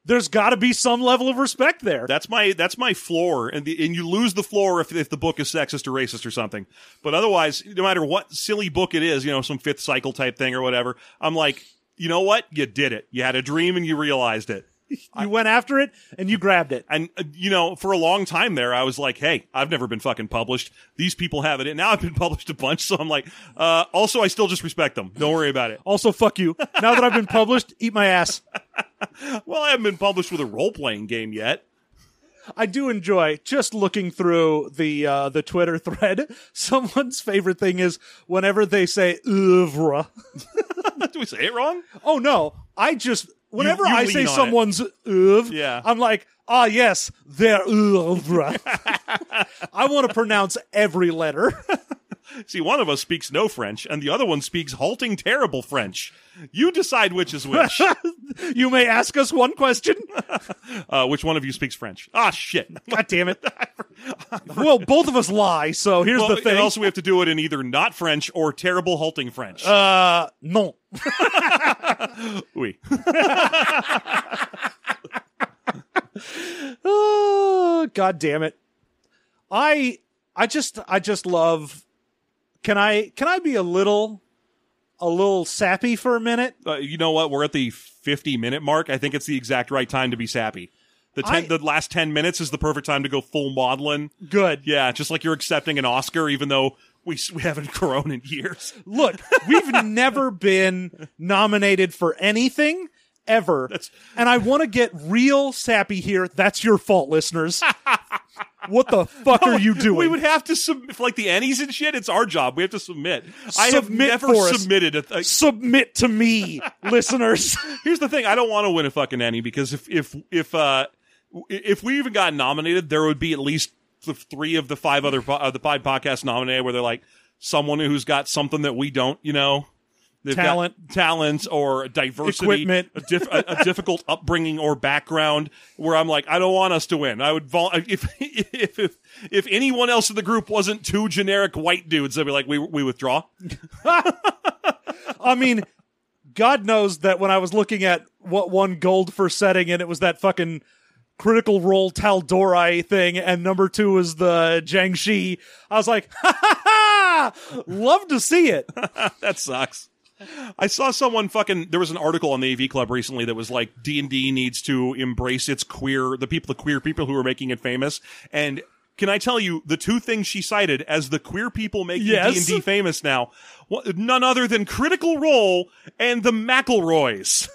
Speaker 2: there's got to be some level of respect there.
Speaker 1: That's my that's my floor, and the, and you lose the floor if if the book is sexist or racist or something. But otherwise, no matter what silly book it is, you know, some fifth cycle type thing or whatever, I'm like, you know what, you did it. You had a dream and you realized it.
Speaker 2: you went after it and you grabbed it.
Speaker 1: And uh, you know, for a long time there, I was like, hey, I've never been fucking published. These people have it, and now I've been published a bunch. So I'm like, uh, also, I still just respect them. Don't worry about it.
Speaker 2: Also, fuck you. Now that I've been published, eat my ass.
Speaker 1: Well, I haven't been published with a role playing game yet.
Speaker 2: I do enjoy just looking through the uh, the Twitter thread. Someone's favorite thing is whenever they say oeuvre.
Speaker 1: Do we say it wrong?
Speaker 2: Oh no, I just whenever
Speaker 1: you
Speaker 2: I
Speaker 1: lean
Speaker 2: say
Speaker 1: on it.
Speaker 2: someone's oeuvre,
Speaker 1: Yeah.
Speaker 2: I'm like, ah yes, their oeuvre. I want to pronounce every letter.
Speaker 1: See, one of us speaks no French, and the other one speaks halting, terrible French. You decide which is which.
Speaker 2: you may ask us one question.
Speaker 1: uh, which one of you speaks French? Ah, shit.
Speaker 2: God damn it. well, both of us lie, so here's
Speaker 1: Well,
Speaker 2: the thing.
Speaker 1: and also, we have to do it in either not French or terrible halting French.
Speaker 2: uh, no.
Speaker 1: Oui.
Speaker 2: Oh, God damn it. I I just I just love can I can I be a little a little sappy for a minute?
Speaker 1: Uh, you know what? We're at the 50 minute mark. I think it's the exact right time to be sappy. The, ten,
Speaker 2: I-
Speaker 1: the last 10 minutes is the perfect time to go full maudlin.
Speaker 2: Good.
Speaker 1: Yeah, just like you're accepting an Oscar, even though we, s- we haven't grown in years.
Speaker 2: Look, we've never been nominated for anything ever. and I want to get real sappy here. That's your fault, listeners. what the fuck are you doing?
Speaker 1: We would have to submit, like the Annies and shit, it's our job. We have to submit. I have
Speaker 2: Submit
Speaker 1: never
Speaker 2: for us.
Speaker 1: submitted a. Th-
Speaker 2: Submit to me, listeners.
Speaker 1: Here's the thing: I don't want to win a fucking Annie because if if if uh w- if we even got nominated, there would be at least the three of the five other po- uh, the five podcasts nominated where they're like someone who's got something that we don't, you know. They've got
Speaker 2: Talent.
Speaker 1: talent, or diversity,
Speaker 2: Equipment.
Speaker 1: a, diff- a, a difficult upbringing or background. Where I'm like, I don't want us to win. I would vol- if, if if if anyone else in the group wasn't two generic white dudes, I'd be like, we we withdraw.
Speaker 2: I mean, God knows that when I was looking at what won gold for setting, and it was that fucking critical role Tal'Dorai thing, and number two was the Jiangxi. I was like, ha ha ha! Love to see it.
Speaker 1: that sucks. I saw someone fucking. There was an article on the AV Club recently that was like D and D needs to embrace its queer, the people, the queer people who are making it famous. And can I tell you the two things she cited as the queer people making D
Speaker 2: Yes.
Speaker 1: and D famous now? Well, None other than Critical Role and the McElroys.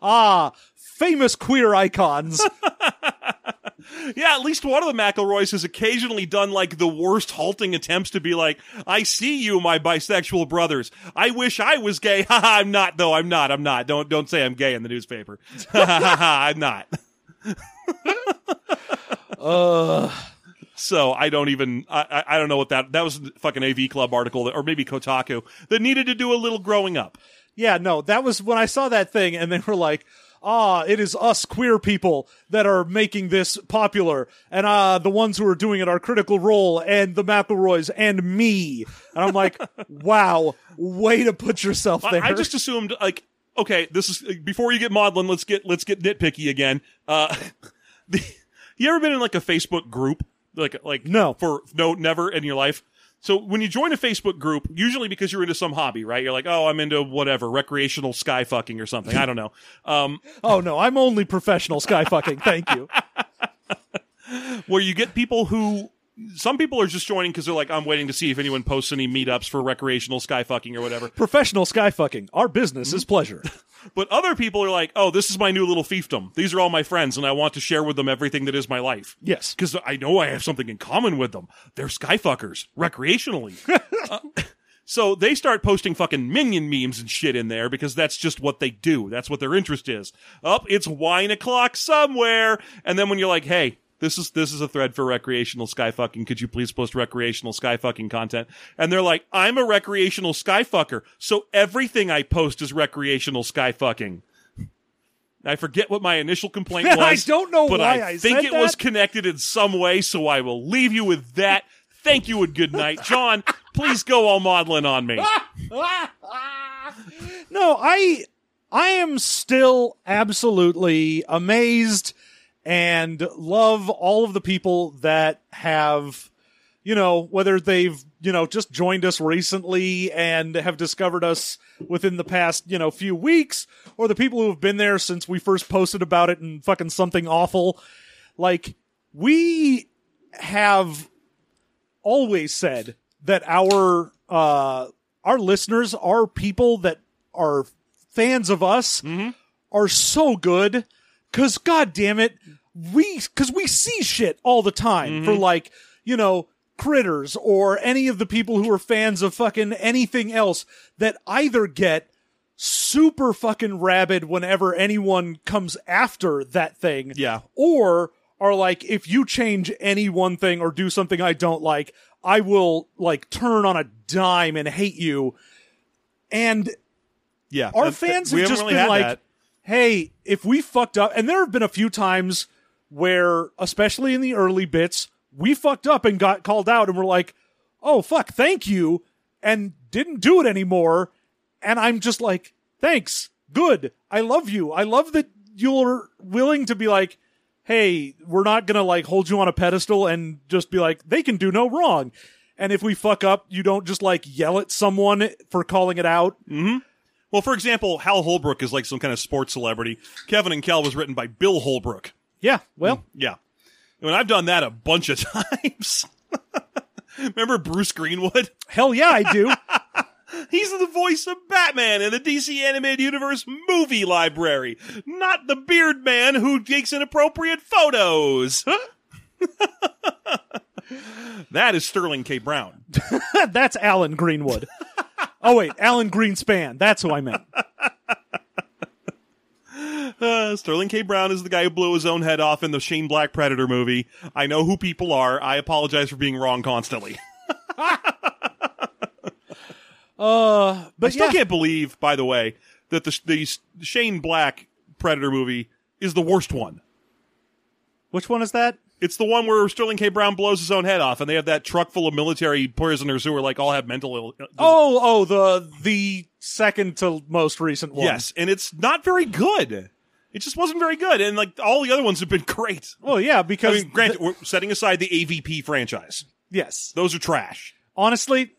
Speaker 2: Ah, famous queer icons.
Speaker 1: Yeah, at least one of the McElroys has occasionally done like the worst halting attempts to be like, I see you, my bisexual brothers. I wish I was gay. Ha ha, I'm not though. I'm not. I'm not. Don't don't say I'm gay in the newspaper. Ha ha ha, ha, I'm not. So I don't even I, I I don't know what that that was a fucking AV Club article that, or maybe Kotaku that needed to do a little growing up.
Speaker 2: yeah, no, that was when I saw that thing, and they were like, ah, it is us queer people that are making this popular, and uh, the ones who are doing it are Critical Role and the McElroys and me. And I'm like, wow, way to put yourself there.
Speaker 1: I, I just assumed like okay, this is before you get maudlin. Let's get let's get nitpicky again. Uh, the, you ever been in like a Facebook group like like
Speaker 2: No.
Speaker 1: for no never in your life? So when you join a Facebook group, usually because you're into some hobby, right? You're like, oh, I'm into whatever recreational sky fucking or something. I don't know. Um,
Speaker 2: oh no, I'm only professional sky fucking. Thank you.
Speaker 1: where you get people who some people are just joining because they're like, I'm waiting to see if anyone posts any meetups for recreational sky fucking or whatever.
Speaker 2: Professional sky fucking. Our business is pleasure.
Speaker 1: But other people are like, oh, this is my new little fiefdom. These are all my friends, and I want to share with them everything that is my life.
Speaker 2: Yes.
Speaker 1: Because I know I have something in common with them. They're skyfuckers, recreationally. Uh, so they start posting fucking minion memes and shit in there because that's just what they do. That's what their interest is. Up, it's wine o'clock somewhere. And then when you're like, hey, this is this is a thread for recreational skyfucking. Could you please post recreational skyfucking content? And they're like, I'm a recreational skyfucker, so everything I post is recreational skyfucking. I forget what my initial complaint was.
Speaker 2: I don't know
Speaker 1: but
Speaker 2: why
Speaker 1: I
Speaker 2: I
Speaker 1: think
Speaker 2: said
Speaker 1: it was
Speaker 2: that.
Speaker 1: connected in some way, so I
Speaker 2: Ah!
Speaker 1: will leave you with that. Thank you and good night. John, please go all maudlin on me.
Speaker 2: no, I I am still absolutely amazed and love all of the people that have you know whether they've you know just joined us recently and have discovered us within the past you know few weeks or the people who have been there since we first posted about it and fucking something awful like we have always said that our uh our listeners our people that are fans of us are so good cuz god damn it we cuz we see shit all the time for like you know critters or any of the people who are fans of fucking anything else that either get super fucking rabid whenever anyone comes after that thing
Speaker 1: Yeah.
Speaker 2: or are like if you change any one thing or do something i don't like i will like turn on a dime and hate you and
Speaker 1: Yeah.
Speaker 2: our
Speaker 1: And- uh,
Speaker 2: fans
Speaker 1: we haven't
Speaker 2: have just
Speaker 1: really
Speaker 2: been
Speaker 1: had
Speaker 2: like
Speaker 1: that.
Speaker 2: hey if we fucked up and there have been a few times where especially in the early bits we fucked up and got called out and we're like oh fuck thank you and didn't do it anymore and i'm just like thanks good i love you i love that you're willing to be like hey we're not gonna like hold you on a pedestal and just be like they can do no wrong and if we fuck up you don't just like yell at someone for calling it out
Speaker 1: Mm. Well, for example, Hal Holbrook is like some kind of sports celebrity. Kevin and Cal was written by Bill Holbrook.
Speaker 2: yeah well
Speaker 1: Yeah. I mean, I've done that a bunch of times. Remember Bruce Greenwood?
Speaker 2: Hell yeah, I do.
Speaker 1: He's the voice of Batman in the DC Animated Universe movie library, not the beard man who takes inappropriate photos. that is Sterling K. Brown.
Speaker 2: That's Alan Greenwood. Oh wait, Alan Greenspan. That's who I meant.
Speaker 1: Uh, Sterling K. Brown is the guy who blew his own head off in the Shane Black Predator movie. I know who people are. I apologize for being wrong constantly.
Speaker 2: Uh, but
Speaker 1: I still
Speaker 2: yeah,
Speaker 1: can't believe, by the way, that the, the Shane Black Predator movie is the worst one.
Speaker 2: which one is that?
Speaker 1: It's the one where Sterling K. Brown blows his own head off, and they have that truck full of military prisoners who are like all have mental ill.
Speaker 2: Oh, oh, the the second to most recent one.
Speaker 1: yes, and it's not very good. It just wasn't very good, and like all the other ones have been great.
Speaker 2: Well, yeah,
Speaker 1: I
Speaker 2: because
Speaker 1: mean, granted,
Speaker 2: th-
Speaker 1: we're setting aside the AVP franchise;
Speaker 2: yes,
Speaker 1: those are trash.
Speaker 2: honestly,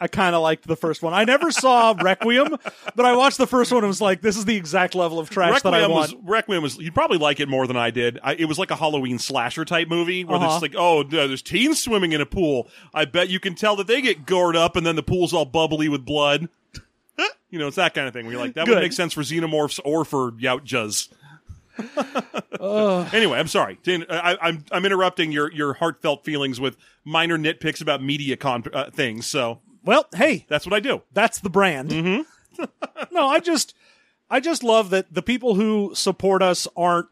Speaker 2: I kind of liked the first one. I never saw Requiem, but I watched the first one and was like, this is the exact level of trash that I
Speaker 1: Requiem
Speaker 2: want.
Speaker 1: was Requiem was you'd probably like it more than I did. I, it was like a Halloween slasher type movie where
Speaker 2: Uh-huh.
Speaker 1: there's like oh no, there's teens swimming in a pool. I bet you can tell that they get gored up and then the pool's all bubbly with blood. you know, it's that kind of thing. Where you're like that would
Speaker 2: Good.
Speaker 1: make sense for xenomorphs or for yautjas. anyway, I'm sorry. Dan, I, I'm I'm interrupting your your heartfelt feelings with minor nitpicks about media con uh, things. So
Speaker 2: well, hey,
Speaker 1: that's what I do.
Speaker 2: That's the brand.
Speaker 1: Mm-hmm.
Speaker 2: no, I just I just love that the people who support us aren't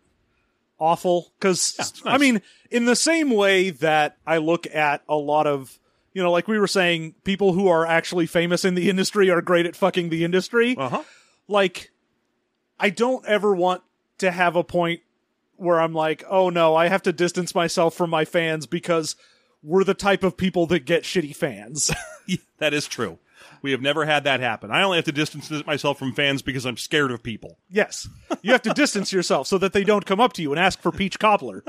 Speaker 2: awful cuz
Speaker 1: it's
Speaker 2: I
Speaker 1: nice.
Speaker 2: mean, in the same way that I look at a lot of you know, like we were saying, people who are actually famous in the industry are great at fucking the industry.
Speaker 1: Uh huh.
Speaker 2: Like I don't ever want to have a point where I'm like, "Oh no, I have to distance myself from my fans because we're the type of people that get shitty fans."
Speaker 1: Yeah, that is true. We have never had that happen. I only have to distance myself from fans because I'm scared of people.
Speaker 2: Yes. You have to distance yourself so that they don't come up to you and ask for peach cobbler.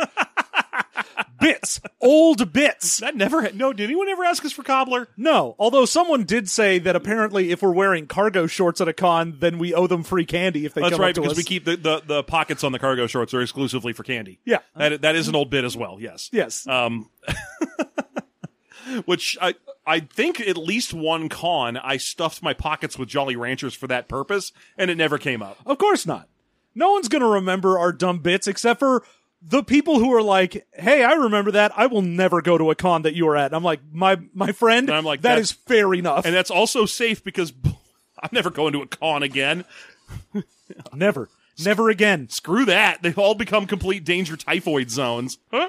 Speaker 2: bits. Old bits.
Speaker 1: That never. Ha- no, did anyone ever ask us for cobbler?
Speaker 2: No, although someone did say that apparently if we're wearing cargo shorts at a con, then we owe them free candy if they
Speaker 1: That's
Speaker 2: come
Speaker 1: right,
Speaker 2: up to
Speaker 1: because
Speaker 2: us.
Speaker 1: we keep the, the, the pockets on the cargo shorts are exclusively for candy.
Speaker 2: Yeah.
Speaker 1: that that is an old bit as well. Yes,
Speaker 2: yes.
Speaker 1: Um, which I I think at least one con I stuffed my pockets with Jolly Ranchers for that purpose, and it never came up.
Speaker 2: of course not. No one's going to remember our dumb bits except for the people who are like, "Hey, I remember that. I will never go to a con that you were at." And I'm like, "My my friend,
Speaker 1: I'm like,
Speaker 2: that
Speaker 1: that's-
Speaker 2: is fair enough."
Speaker 1: And that's also safe because I'm never going to a con again.
Speaker 2: never. Never again.
Speaker 1: Screw that. They've all become complete danger typhoid zones. Huh?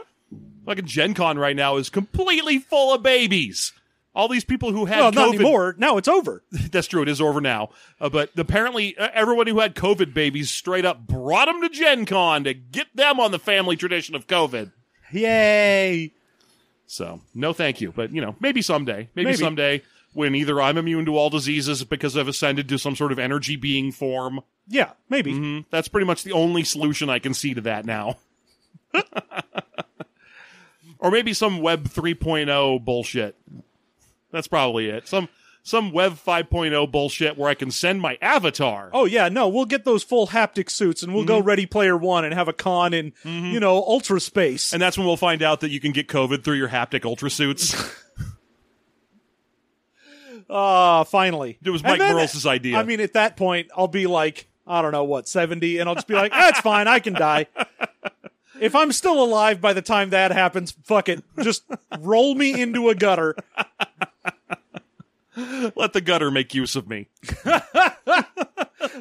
Speaker 1: Fucking Gen Con right now is completely full of babies. All these people who had
Speaker 2: Well,
Speaker 1: COVID.
Speaker 2: not anymore. Now it's over.
Speaker 1: That's true. It is over now. Uh, but apparently, uh, everyone who had COVID babies straight up brought them to Gen Con to get them on the family tradition of COVID.
Speaker 2: Yay.
Speaker 1: So, no thank you. But, you know, maybe someday. Maybe,
Speaker 2: Maybe.
Speaker 1: someday when either I'm immune to all diseases because I've ascended to some sort of energy being form.
Speaker 2: Yeah, maybe.
Speaker 1: Mm, That's pretty much the only solution I can see to that now. or maybe some web 3.0 bullshit. That's probably it. Some some web 5.0 bullshit where I can send my avatar.
Speaker 2: Oh yeah, no, we'll get those full haptic suits and we'll
Speaker 1: Mm-hmm.
Speaker 2: go Ready Player One and have a con in you know ultra space.
Speaker 1: And that's when we'll find out that you can get COVID through your haptic ultra suits.
Speaker 2: Ah, finally,
Speaker 1: It was
Speaker 2: And
Speaker 1: Mike
Speaker 2: then-
Speaker 1: Burles' idea.
Speaker 2: I mean, at that point, I'll be like, I don't know what seventy, and I'll just be like, that's fine, I can die. If I'm still alive by the time that happens, fuck it. Just roll me into a gutter.
Speaker 1: Let the gutter make use of me.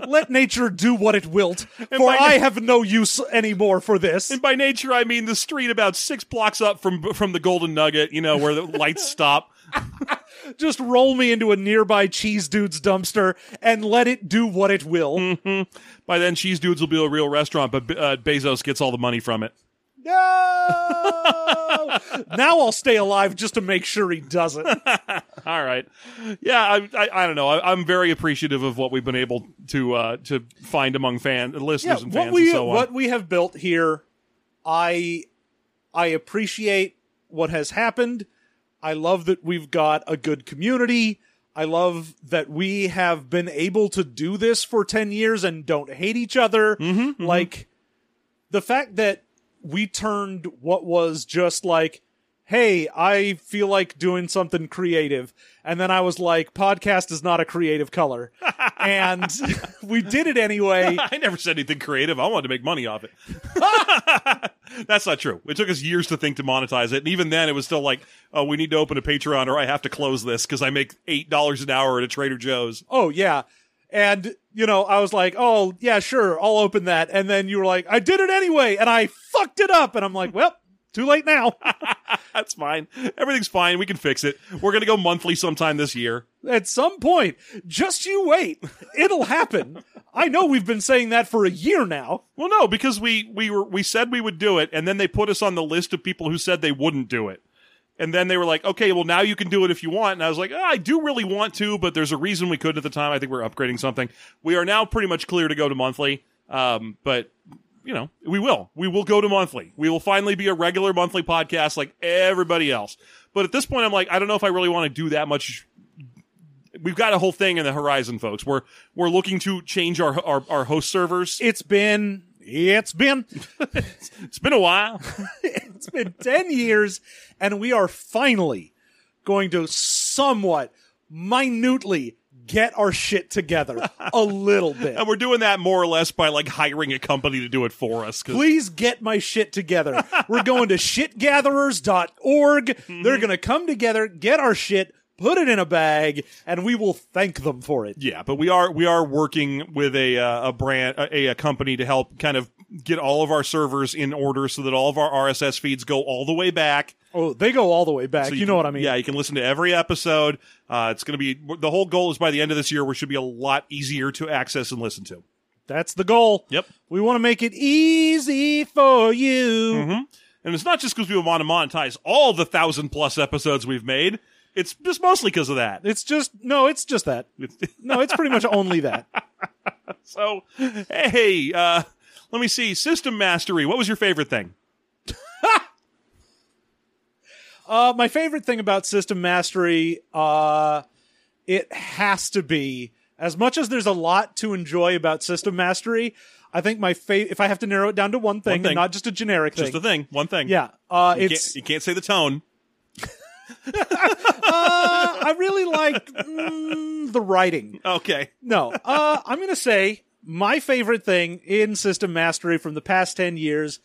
Speaker 2: Let nature do what it wilt, for
Speaker 1: by
Speaker 2: I have no use anymore for this.
Speaker 1: And by nature, I mean the street about six blocks up from from the Golden Nugget. You know where the lights stop.
Speaker 2: Just roll me into a nearby cheese dude's dumpster and let it do what it will.
Speaker 1: Mm-hmm. By then, Cheese Dudes will be a real restaurant, but uh, Bezos gets all the money from it.
Speaker 2: No! now I'll stay alive just to make sure he doesn't.
Speaker 1: All right, yeah, I, I, I don't know. I, I'm very appreciative of what we've been able to uh, to find among fan listeners and fans
Speaker 2: what we
Speaker 1: and so on.
Speaker 2: what we have built here, I I appreciate what has happened. I love that we've got a good community. I love that we have been able to do this for 10 years and don't hate each other.
Speaker 1: Mm-hmm,
Speaker 2: like the fact that we turned what was just like hey i feel like doing something creative and then i was like podcast is not a creative color and we did it anyway
Speaker 1: I never said anything creative. I wanted to make money off it. That's not true. It took us years to think to monetize it, and even then, it was still like, oh, we need to open a Patreon, or I have to close this because I make eight dollars an hour at a Trader Joe's.
Speaker 2: oh yeah and you know i was like oh yeah sure i'll open that and then you were like i did it anyway and i fucked it up and i'm like well too late now
Speaker 1: That's fine. Everything's fine. We can fix it. We're gonna go monthly sometime this year.
Speaker 2: at some point just you wait it'll happen i know we've been saying that for a year now
Speaker 1: Well, no, because we we were we said we would do it, and then they put us on the list of people who said they wouldn't do it. And then they were like, "Okay, well now you can do it if you want." And I was like, ah, "I do really want to, but there's a reason we could at the time. I think we're upgrading something. We are now pretty much clear to go to monthly. Um, but you know, we will. We will go to monthly. We will finally be a regular monthly podcast like everybody else. But at this point, I'm like, I don't know if I really want to do that much we've got a whole thing in the horizon, folks. We're we're looking to change our our, our host servers.
Speaker 2: it's been it's been
Speaker 1: It's been a while.
Speaker 2: it's been 10 years and we are finally going to somewhat minutely get our shit together a little bit
Speaker 1: And we're doing that more or less by like hiring a company to do it for us. 'cause-
Speaker 2: please get my shit together we're going to shitgatherers.org they're going to come together get our shit put it in a bag and we will thank them for it
Speaker 1: yeah, but we are we are working with a uh, a brand a, a company to help kind of get all of our servers in order so that all of our RSS feeds go all the way back.
Speaker 2: oh they go all the way back
Speaker 1: So
Speaker 2: you,
Speaker 1: can-
Speaker 2: know what i mean
Speaker 1: Yeah, you can listen to every episode. Uh, it's going to be the whole goal is by the end of this year, we should be a lot easier to access and listen to.
Speaker 2: that's the goal
Speaker 1: Yep.
Speaker 2: we want to make it easy for you
Speaker 1: Mm-hmm. And it's not just because we want to monetize all the thousand plus episodes we've made. It's just mostly because of that.
Speaker 2: It's just no, it's just that. No, it's pretty much only that.
Speaker 1: So, hey, uh, let me see. System mastery. What was your favorite thing?
Speaker 2: Uh, my favorite thing about system mastery, uh, it has to be as much as there's a lot to enjoy about system mastery. I think my favorite, if I have to narrow it down to one thing,
Speaker 1: One thing.
Speaker 2: and not just a generic
Speaker 1: Just
Speaker 2: thing.
Speaker 1: the thing. One thing.
Speaker 2: Yeah, uh,
Speaker 1: You
Speaker 2: it's
Speaker 1: can't, you can't say the tone.
Speaker 2: uh, I really liked mm, the writing.
Speaker 1: Okay.
Speaker 2: No, uh, I'm gonna say my favorite thing in system mastery from the past ten years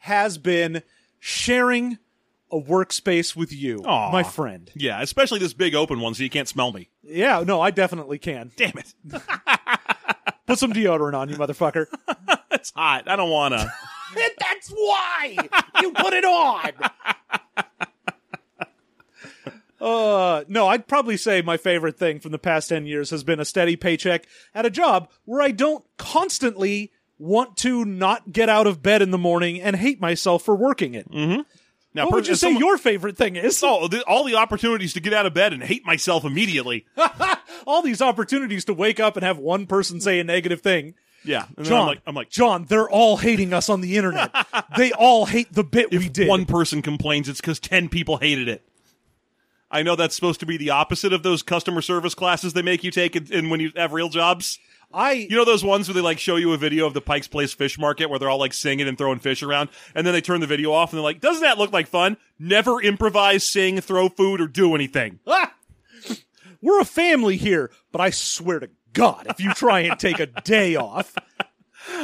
Speaker 2: has been sharing a workspace with you,
Speaker 1: Aw.
Speaker 2: my friend.
Speaker 1: Yeah, especially this big open one so you can't smell me.
Speaker 2: Yeah, no, I definitely can.
Speaker 1: Damn it.
Speaker 2: Put some deodorant on you, motherfucker.
Speaker 1: It's hot. I don't want to.
Speaker 2: That's why you put it on. Uh, no, I'd probably say my favorite thing from the past 10 years has been a steady paycheck at a job where I don't constantly want to not get out of bed in the morning and hate myself for working it.
Speaker 1: Now,
Speaker 2: what would
Speaker 1: per-
Speaker 2: you
Speaker 1: as
Speaker 2: say
Speaker 1: Mm-hmm. someone-
Speaker 2: your favorite thing is?
Speaker 1: Oh, the, all the opportunities to get out of bed and hate myself immediately.
Speaker 2: All these opportunities to wake up and have one person say a negative thing.
Speaker 1: Yeah, and then
Speaker 2: John,
Speaker 1: I'm like, I'm like,
Speaker 2: John, they're all hating us on the internet. they all hate the bit we did.
Speaker 1: one person complains, it's because ten people hated it. I know that's supposed to be the opposite of those customer service classes they make you take in, in when you have real jobs.
Speaker 2: I
Speaker 1: You know those ones where they like show you a video of the Pike's Place fish market where they're all like singing and throwing fish around, and then they turn the video off and they're like, "Doesn't that look like fun? Never improvise, sing, throw food, or do anything."
Speaker 2: Ah! We're a family here, but I swear to God, if you try and take a day off,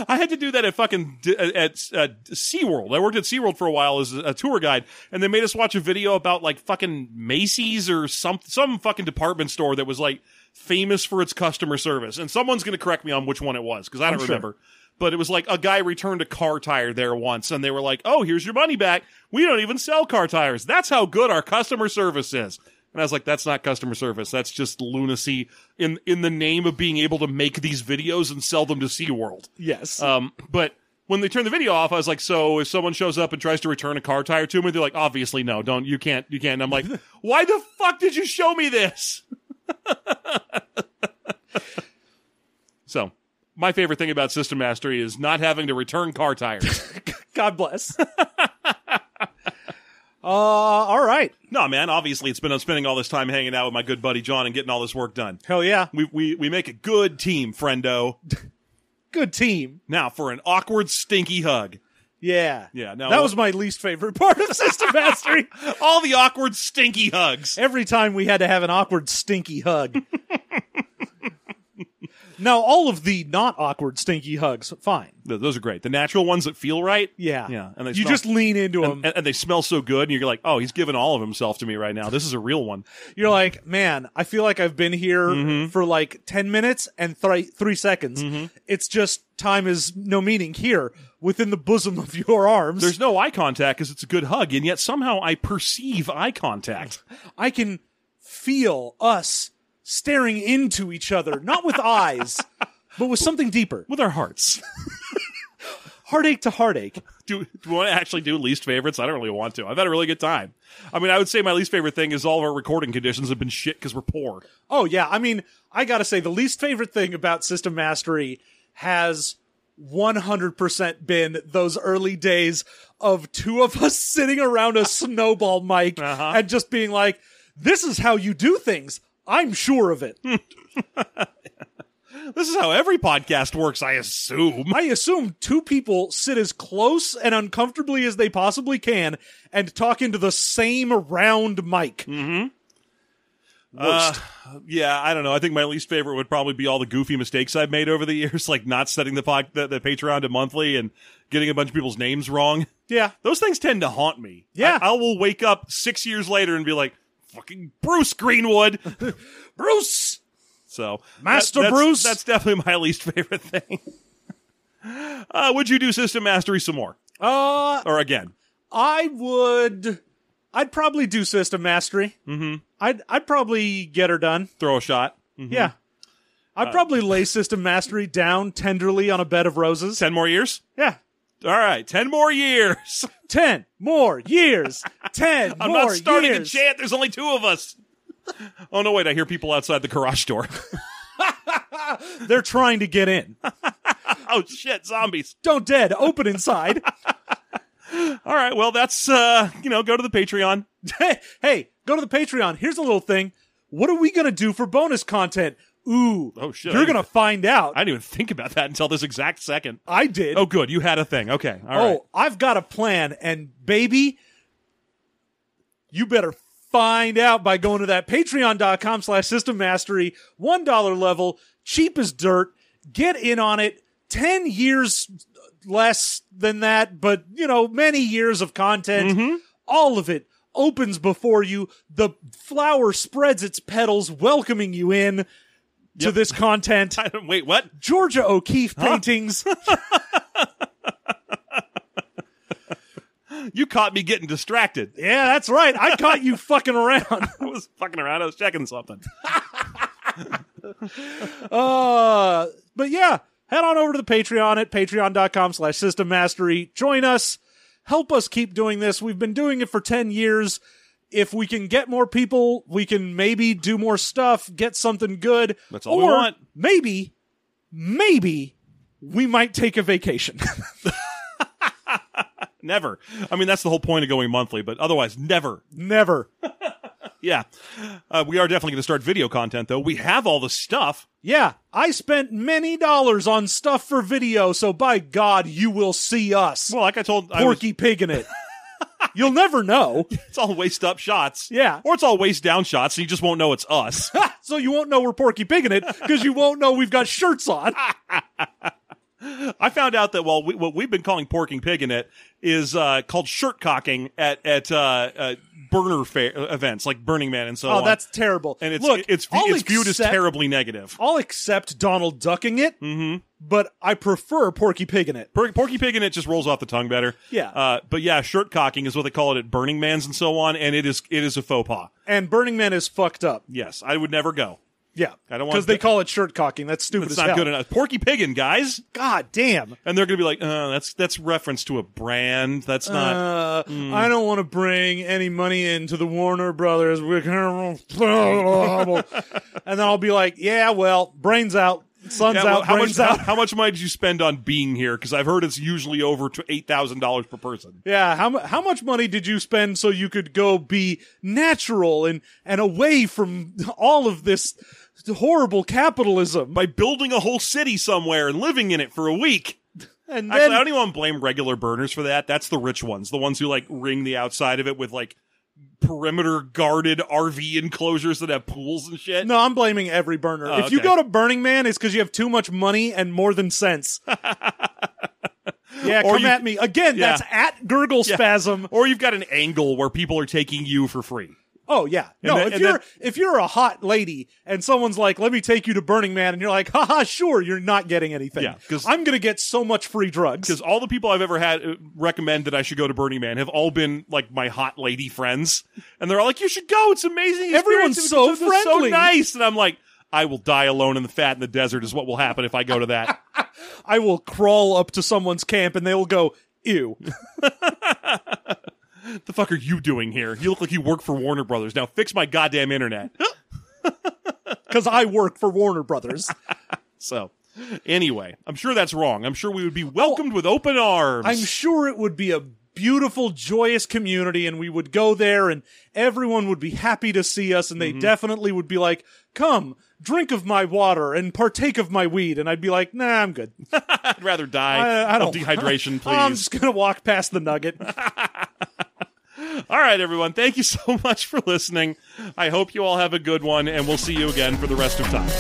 Speaker 1: I had to do that at fucking d- at uh, SeaWorld. I worked at SeaWorld for a while as a tour guide, and they made us watch a video about like fucking Macy's or some some fucking department store that was like famous for its customer service. And someone's going to correct me on which one it was because I don't
Speaker 2: sure.
Speaker 1: remember. But it was like a guy returned a car tire there once, and they were like, "Oh, here's your money back. We don't even sell car tires. That's how good our customer service is." And I was like, "That's not customer service. That's just lunacy in in the name of being able to make these videos and sell them to SeaWorld."
Speaker 2: yes.
Speaker 1: Um, but when they turned the video off, I was like, so if someone shows up and tries to return a car tire to me, they're like, obviously no, don't, you can't, you can't. And I'm like, why the fuck did you show me this? so my favorite thing about system mastery is not having to return car tires.
Speaker 2: God bless. uh, all right.
Speaker 1: no, man, obviously it's been I'm spending all this time hanging out with my good buddy John and getting all this work done.
Speaker 2: Hell yeah.
Speaker 1: We, we, we make a good team, friendo.
Speaker 2: Good team.
Speaker 1: Now for an awkward, stinky hug.
Speaker 2: Yeah.
Speaker 1: Yeah, no,
Speaker 2: that
Speaker 1: well-
Speaker 2: was my least favorite part of System Mastery.
Speaker 1: All the awkward, stinky hugs.
Speaker 2: Every time we had to have an awkward, stinky hug. now, all of the not awkward, stinky hugs, fine.
Speaker 1: Th- Those are great. The natural ones that feel right.
Speaker 2: Yeah.
Speaker 1: Yeah. And they
Speaker 2: you
Speaker 1: smell-
Speaker 2: just lean into them.
Speaker 1: and, and they smell so good, and you're like, oh, he's giving all of himself to me right now. This is a real one.
Speaker 2: you're like, man, I feel like I've been here
Speaker 1: Mm-hmm.
Speaker 2: for like 10 minutes and three three seconds. It's just time is no meaning here within the bosom of your arms.
Speaker 1: There's no eye contact because it's a good hug, and yet somehow I perceive eye contact.
Speaker 2: I can feel us staring into each other, not with eyes, but with something deeper.
Speaker 1: With our hearts.
Speaker 2: Heartache to heartache.
Speaker 1: do, do we want to actually do least favorites? I don't really want to. I've had a really good time. I mean, I would say my least favorite thing is all of our recording conditions have been shit because we're poor.
Speaker 2: Oh yeah, I mean, I gotta say the least favorite thing about System Mastery has 100% been those early days of two of us sitting around a snowball mic and just being like, "This is how you do things." I'm sure of it.
Speaker 1: This is how every podcast works, I assume.
Speaker 2: I assume two people sit as close and uncomfortably as they possibly can and talk into the same round mic.
Speaker 1: Mm-hmm. Worst. Uh, yeah, I don't know. I think my least favorite would probably be all the goofy mistakes I've made over the years, like not setting the, pod, the, the Patreon to monthly and getting a bunch of people's names wrong.
Speaker 2: Yeah.
Speaker 1: Those things tend to haunt me.
Speaker 2: Yeah.
Speaker 1: I, I will wake up six years later and be like, fucking Bruce Greenwood.
Speaker 2: Bruce,
Speaker 1: So,
Speaker 2: Master
Speaker 1: that's-
Speaker 2: Bruce.
Speaker 1: That's definitely my least favorite thing. uh, would you do System Mastery some more?
Speaker 2: uh
Speaker 1: Or again?
Speaker 2: I would. I'd probably do system mastery. Mm-hmm. I'd I'd probably get her done.
Speaker 1: Throw a shot?
Speaker 2: Yeah,
Speaker 1: Uh,
Speaker 2: I'd probably lay system mastery down tenderly on a bed of roses.
Speaker 1: Ten more years?
Speaker 2: Yeah,
Speaker 1: All right, ten more years.
Speaker 2: ten more years. ten
Speaker 1: I'm
Speaker 2: more
Speaker 1: not starting
Speaker 2: years.
Speaker 1: a chant. There's only two of us. Oh no! Wait, I hear people outside the garage door.
Speaker 2: They're trying to get in.
Speaker 1: oh shit! Zombies.
Speaker 2: Don't dead. Open inside.
Speaker 1: All right. Well, that's uh, you know, go to the Patreon.
Speaker 2: hey, hey, go to the Patreon. Here's a little thing. What are we gonna do for bonus content? Ooh,
Speaker 1: Oh, shit.
Speaker 2: You're gonna find out.
Speaker 1: I didn't even think about that until this exact second.
Speaker 2: I did.
Speaker 1: Oh, good. You had a thing. Okay. All
Speaker 2: oh,
Speaker 1: right.
Speaker 2: I've got a plan, and baby, you better find out by going to that patreon.com slash system mastery, one dollar level, cheap as dirt, get in on it, ten years less than that, but you know, many years of content.
Speaker 1: Mm-hmm.
Speaker 2: All of it opens before you. The flower spreads its petals, welcoming you in to this content.
Speaker 1: I don't- wait, what?
Speaker 2: Georgia O'Keeffe paintings.
Speaker 1: You caught me getting distracted.
Speaker 2: yeah, that's right. I caught you fucking around.
Speaker 1: I was fucking around. I was checking something.
Speaker 2: Uh, but yeah, head on over to the Patreon at patreon.com slash system mastery. Join us, help us keep doing this. We've been doing it for 10 years. If we can get more people, we can maybe do more stuff, get something good.
Speaker 1: That's all we
Speaker 2: Or
Speaker 1: want.
Speaker 2: Maybe, maybe we might take a vacation.
Speaker 1: Never. I mean, that's the whole point of going monthly, but otherwise, never.
Speaker 2: Never.
Speaker 1: Yeah. Uh, we are definitely going to start video content, though. We have all the stuff.
Speaker 2: Yeah, I spent many dollars on stuff for video, so by God, you will see us.
Speaker 1: Well, like I told, I was-
Speaker 2: Porky Pig in it. You'll never know.
Speaker 1: it's all waist up shots.
Speaker 2: Yeah.
Speaker 1: Or it's all waist down shots, and you just won't know it's us.
Speaker 2: so you won't know we're Porky Pig in it because you won't know we've got shirts on.
Speaker 1: I found out that well, we, what we've been calling porking pig in it is uh, called shirt cocking at at uh, uh, burner fair events like Burning Man and so
Speaker 2: Oh,
Speaker 1: on.
Speaker 2: that's terrible.
Speaker 1: and it's
Speaker 2: Look,
Speaker 1: it's
Speaker 2: I'll
Speaker 1: it's viewed as
Speaker 2: accept-
Speaker 1: terribly negative.
Speaker 2: I'll accept Donald ducking it,
Speaker 1: Mm-hmm.
Speaker 2: but I prefer Porky Pig in it.
Speaker 1: Por- Porky pig in it just rolls off the tongue better.
Speaker 2: Yeah.
Speaker 1: uh, but yeah, shirt cocking is what they call it at Burning Man's and so on, and it is it is a faux pas.
Speaker 2: And Burning Man is fucked up.
Speaker 1: Yes, I would never go.
Speaker 2: Yeah,
Speaker 1: I don't want
Speaker 2: because they
Speaker 1: that-
Speaker 2: call it shirt cocking. That's stupid.
Speaker 1: It's
Speaker 2: as
Speaker 1: not
Speaker 2: hell.
Speaker 1: good enough. Porky piggin, guys,
Speaker 2: God damn.
Speaker 1: and they're gonna be like, uh, that's that's reference to a brand. That's not. Mm.
Speaker 2: Uh, I don't want to bring any money into the Warner Brothers. We're gonna- and then I'll be like, yeah, well, brains out, sun's
Speaker 1: Yeah, well,
Speaker 2: out,
Speaker 1: how much
Speaker 2: brains
Speaker 1: how,
Speaker 2: out.
Speaker 1: how much money did you spend on being here? Because I've heard it's usually over to eight thousand dollars per person.
Speaker 2: yeah, how mu- how much money did you spend so you could go be natural and and away from all of this horrible capitalism?
Speaker 1: By building a whole city somewhere and living in it for a week. Actually,
Speaker 2: and then
Speaker 1: I don't even want to blame regular burners for that. That's the rich ones, the ones who like ring the outside of it with like perimeter guarded RV enclosures that have pools and shit.
Speaker 2: no, I'm blaming every burner. if you
Speaker 1: Oh, okay.
Speaker 2: go to Burning Man, it's because you have too much money and more than sense. yeah,
Speaker 1: Or
Speaker 2: come
Speaker 1: you-
Speaker 2: at me again.
Speaker 1: Yeah.
Speaker 2: That's at gurgle spasm.
Speaker 1: Or you've got an angle where people are taking you for free.
Speaker 2: Oh yeah. No,
Speaker 1: then-
Speaker 2: if
Speaker 1: and
Speaker 2: you're
Speaker 1: then-
Speaker 2: if you're a hot lady and someone's like, "Let me take you to Burning Man," and you're like, "Haha, sure, you're not getting anything.
Speaker 1: Yeah, 'cause-
Speaker 2: I'm gonna get so much free drugs."
Speaker 1: Because all the people I've ever had uh, recommend that I should go to Burning Man have all been like my hot lady friends, and they're all like, "You should go. It's amazing. experience.
Speaker 2: Everyone's
Speaker 1: It's
Speaker 2: so
Speaker 1: just- it's
Speaker 2: friendly."
Speaker 1: so nice." And I'm like, "I will die alone in the fat in the desert is what will happen if I go to that."
Speaker 2: I will crawl up to someone's camp and they will go, "Ew."
Speaker 1: the fuck are you doing here? You look like you work for Warner Brothers. Now fix my goddamn internet.
Speaker 2: Because I work for Warner Brothers.
Speaker 1: so, anyway, I'm sure that's wrong. I'm sure we would be welcomed with open arms.
Speaker 2: I'm sure it would be a beautiful, joyous community, and we would go there, and everyone would be happy to see us, and they definitely would be like, "Come." Drink of my water and partake of my weed, and I'd be like, "Nah, I'm good.
Speaker 1: I'd rather die
Speaker 2: I, I
Speaker 1: of
Speaker 2: don't
Speaker 1: dehydration, please.
Speaker 2: I'm just gonna walk past the nugget."
Speaker 1: All right, everyone. Thank you so much for listening. I hope you all have a good one, and we'll see you again for the rest of time.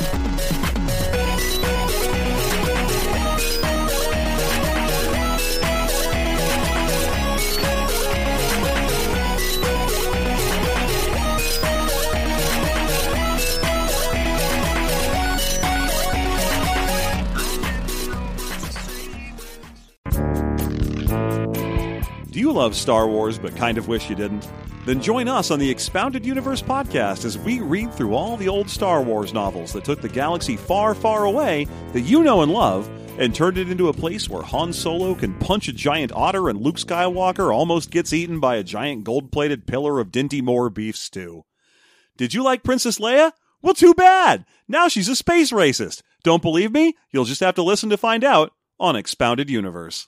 Speaker 1: Do you love Star Wars but kind of wish you didn't? Then join us on the Expounded Universe podcast as we read through all the old Star Wars novels that took the galaxy far, far away that you know and love and turned it into a place where Han Solo can punch a giant otter and Luke Skywalker almost gets eaten by a giant gold plated pillar of Dinty Moore beef stew. Did you like Princess Leia? Well, too bad. Now she's a space racist. Don't believe me? You'll just have to listen to find out on Expounded Universe.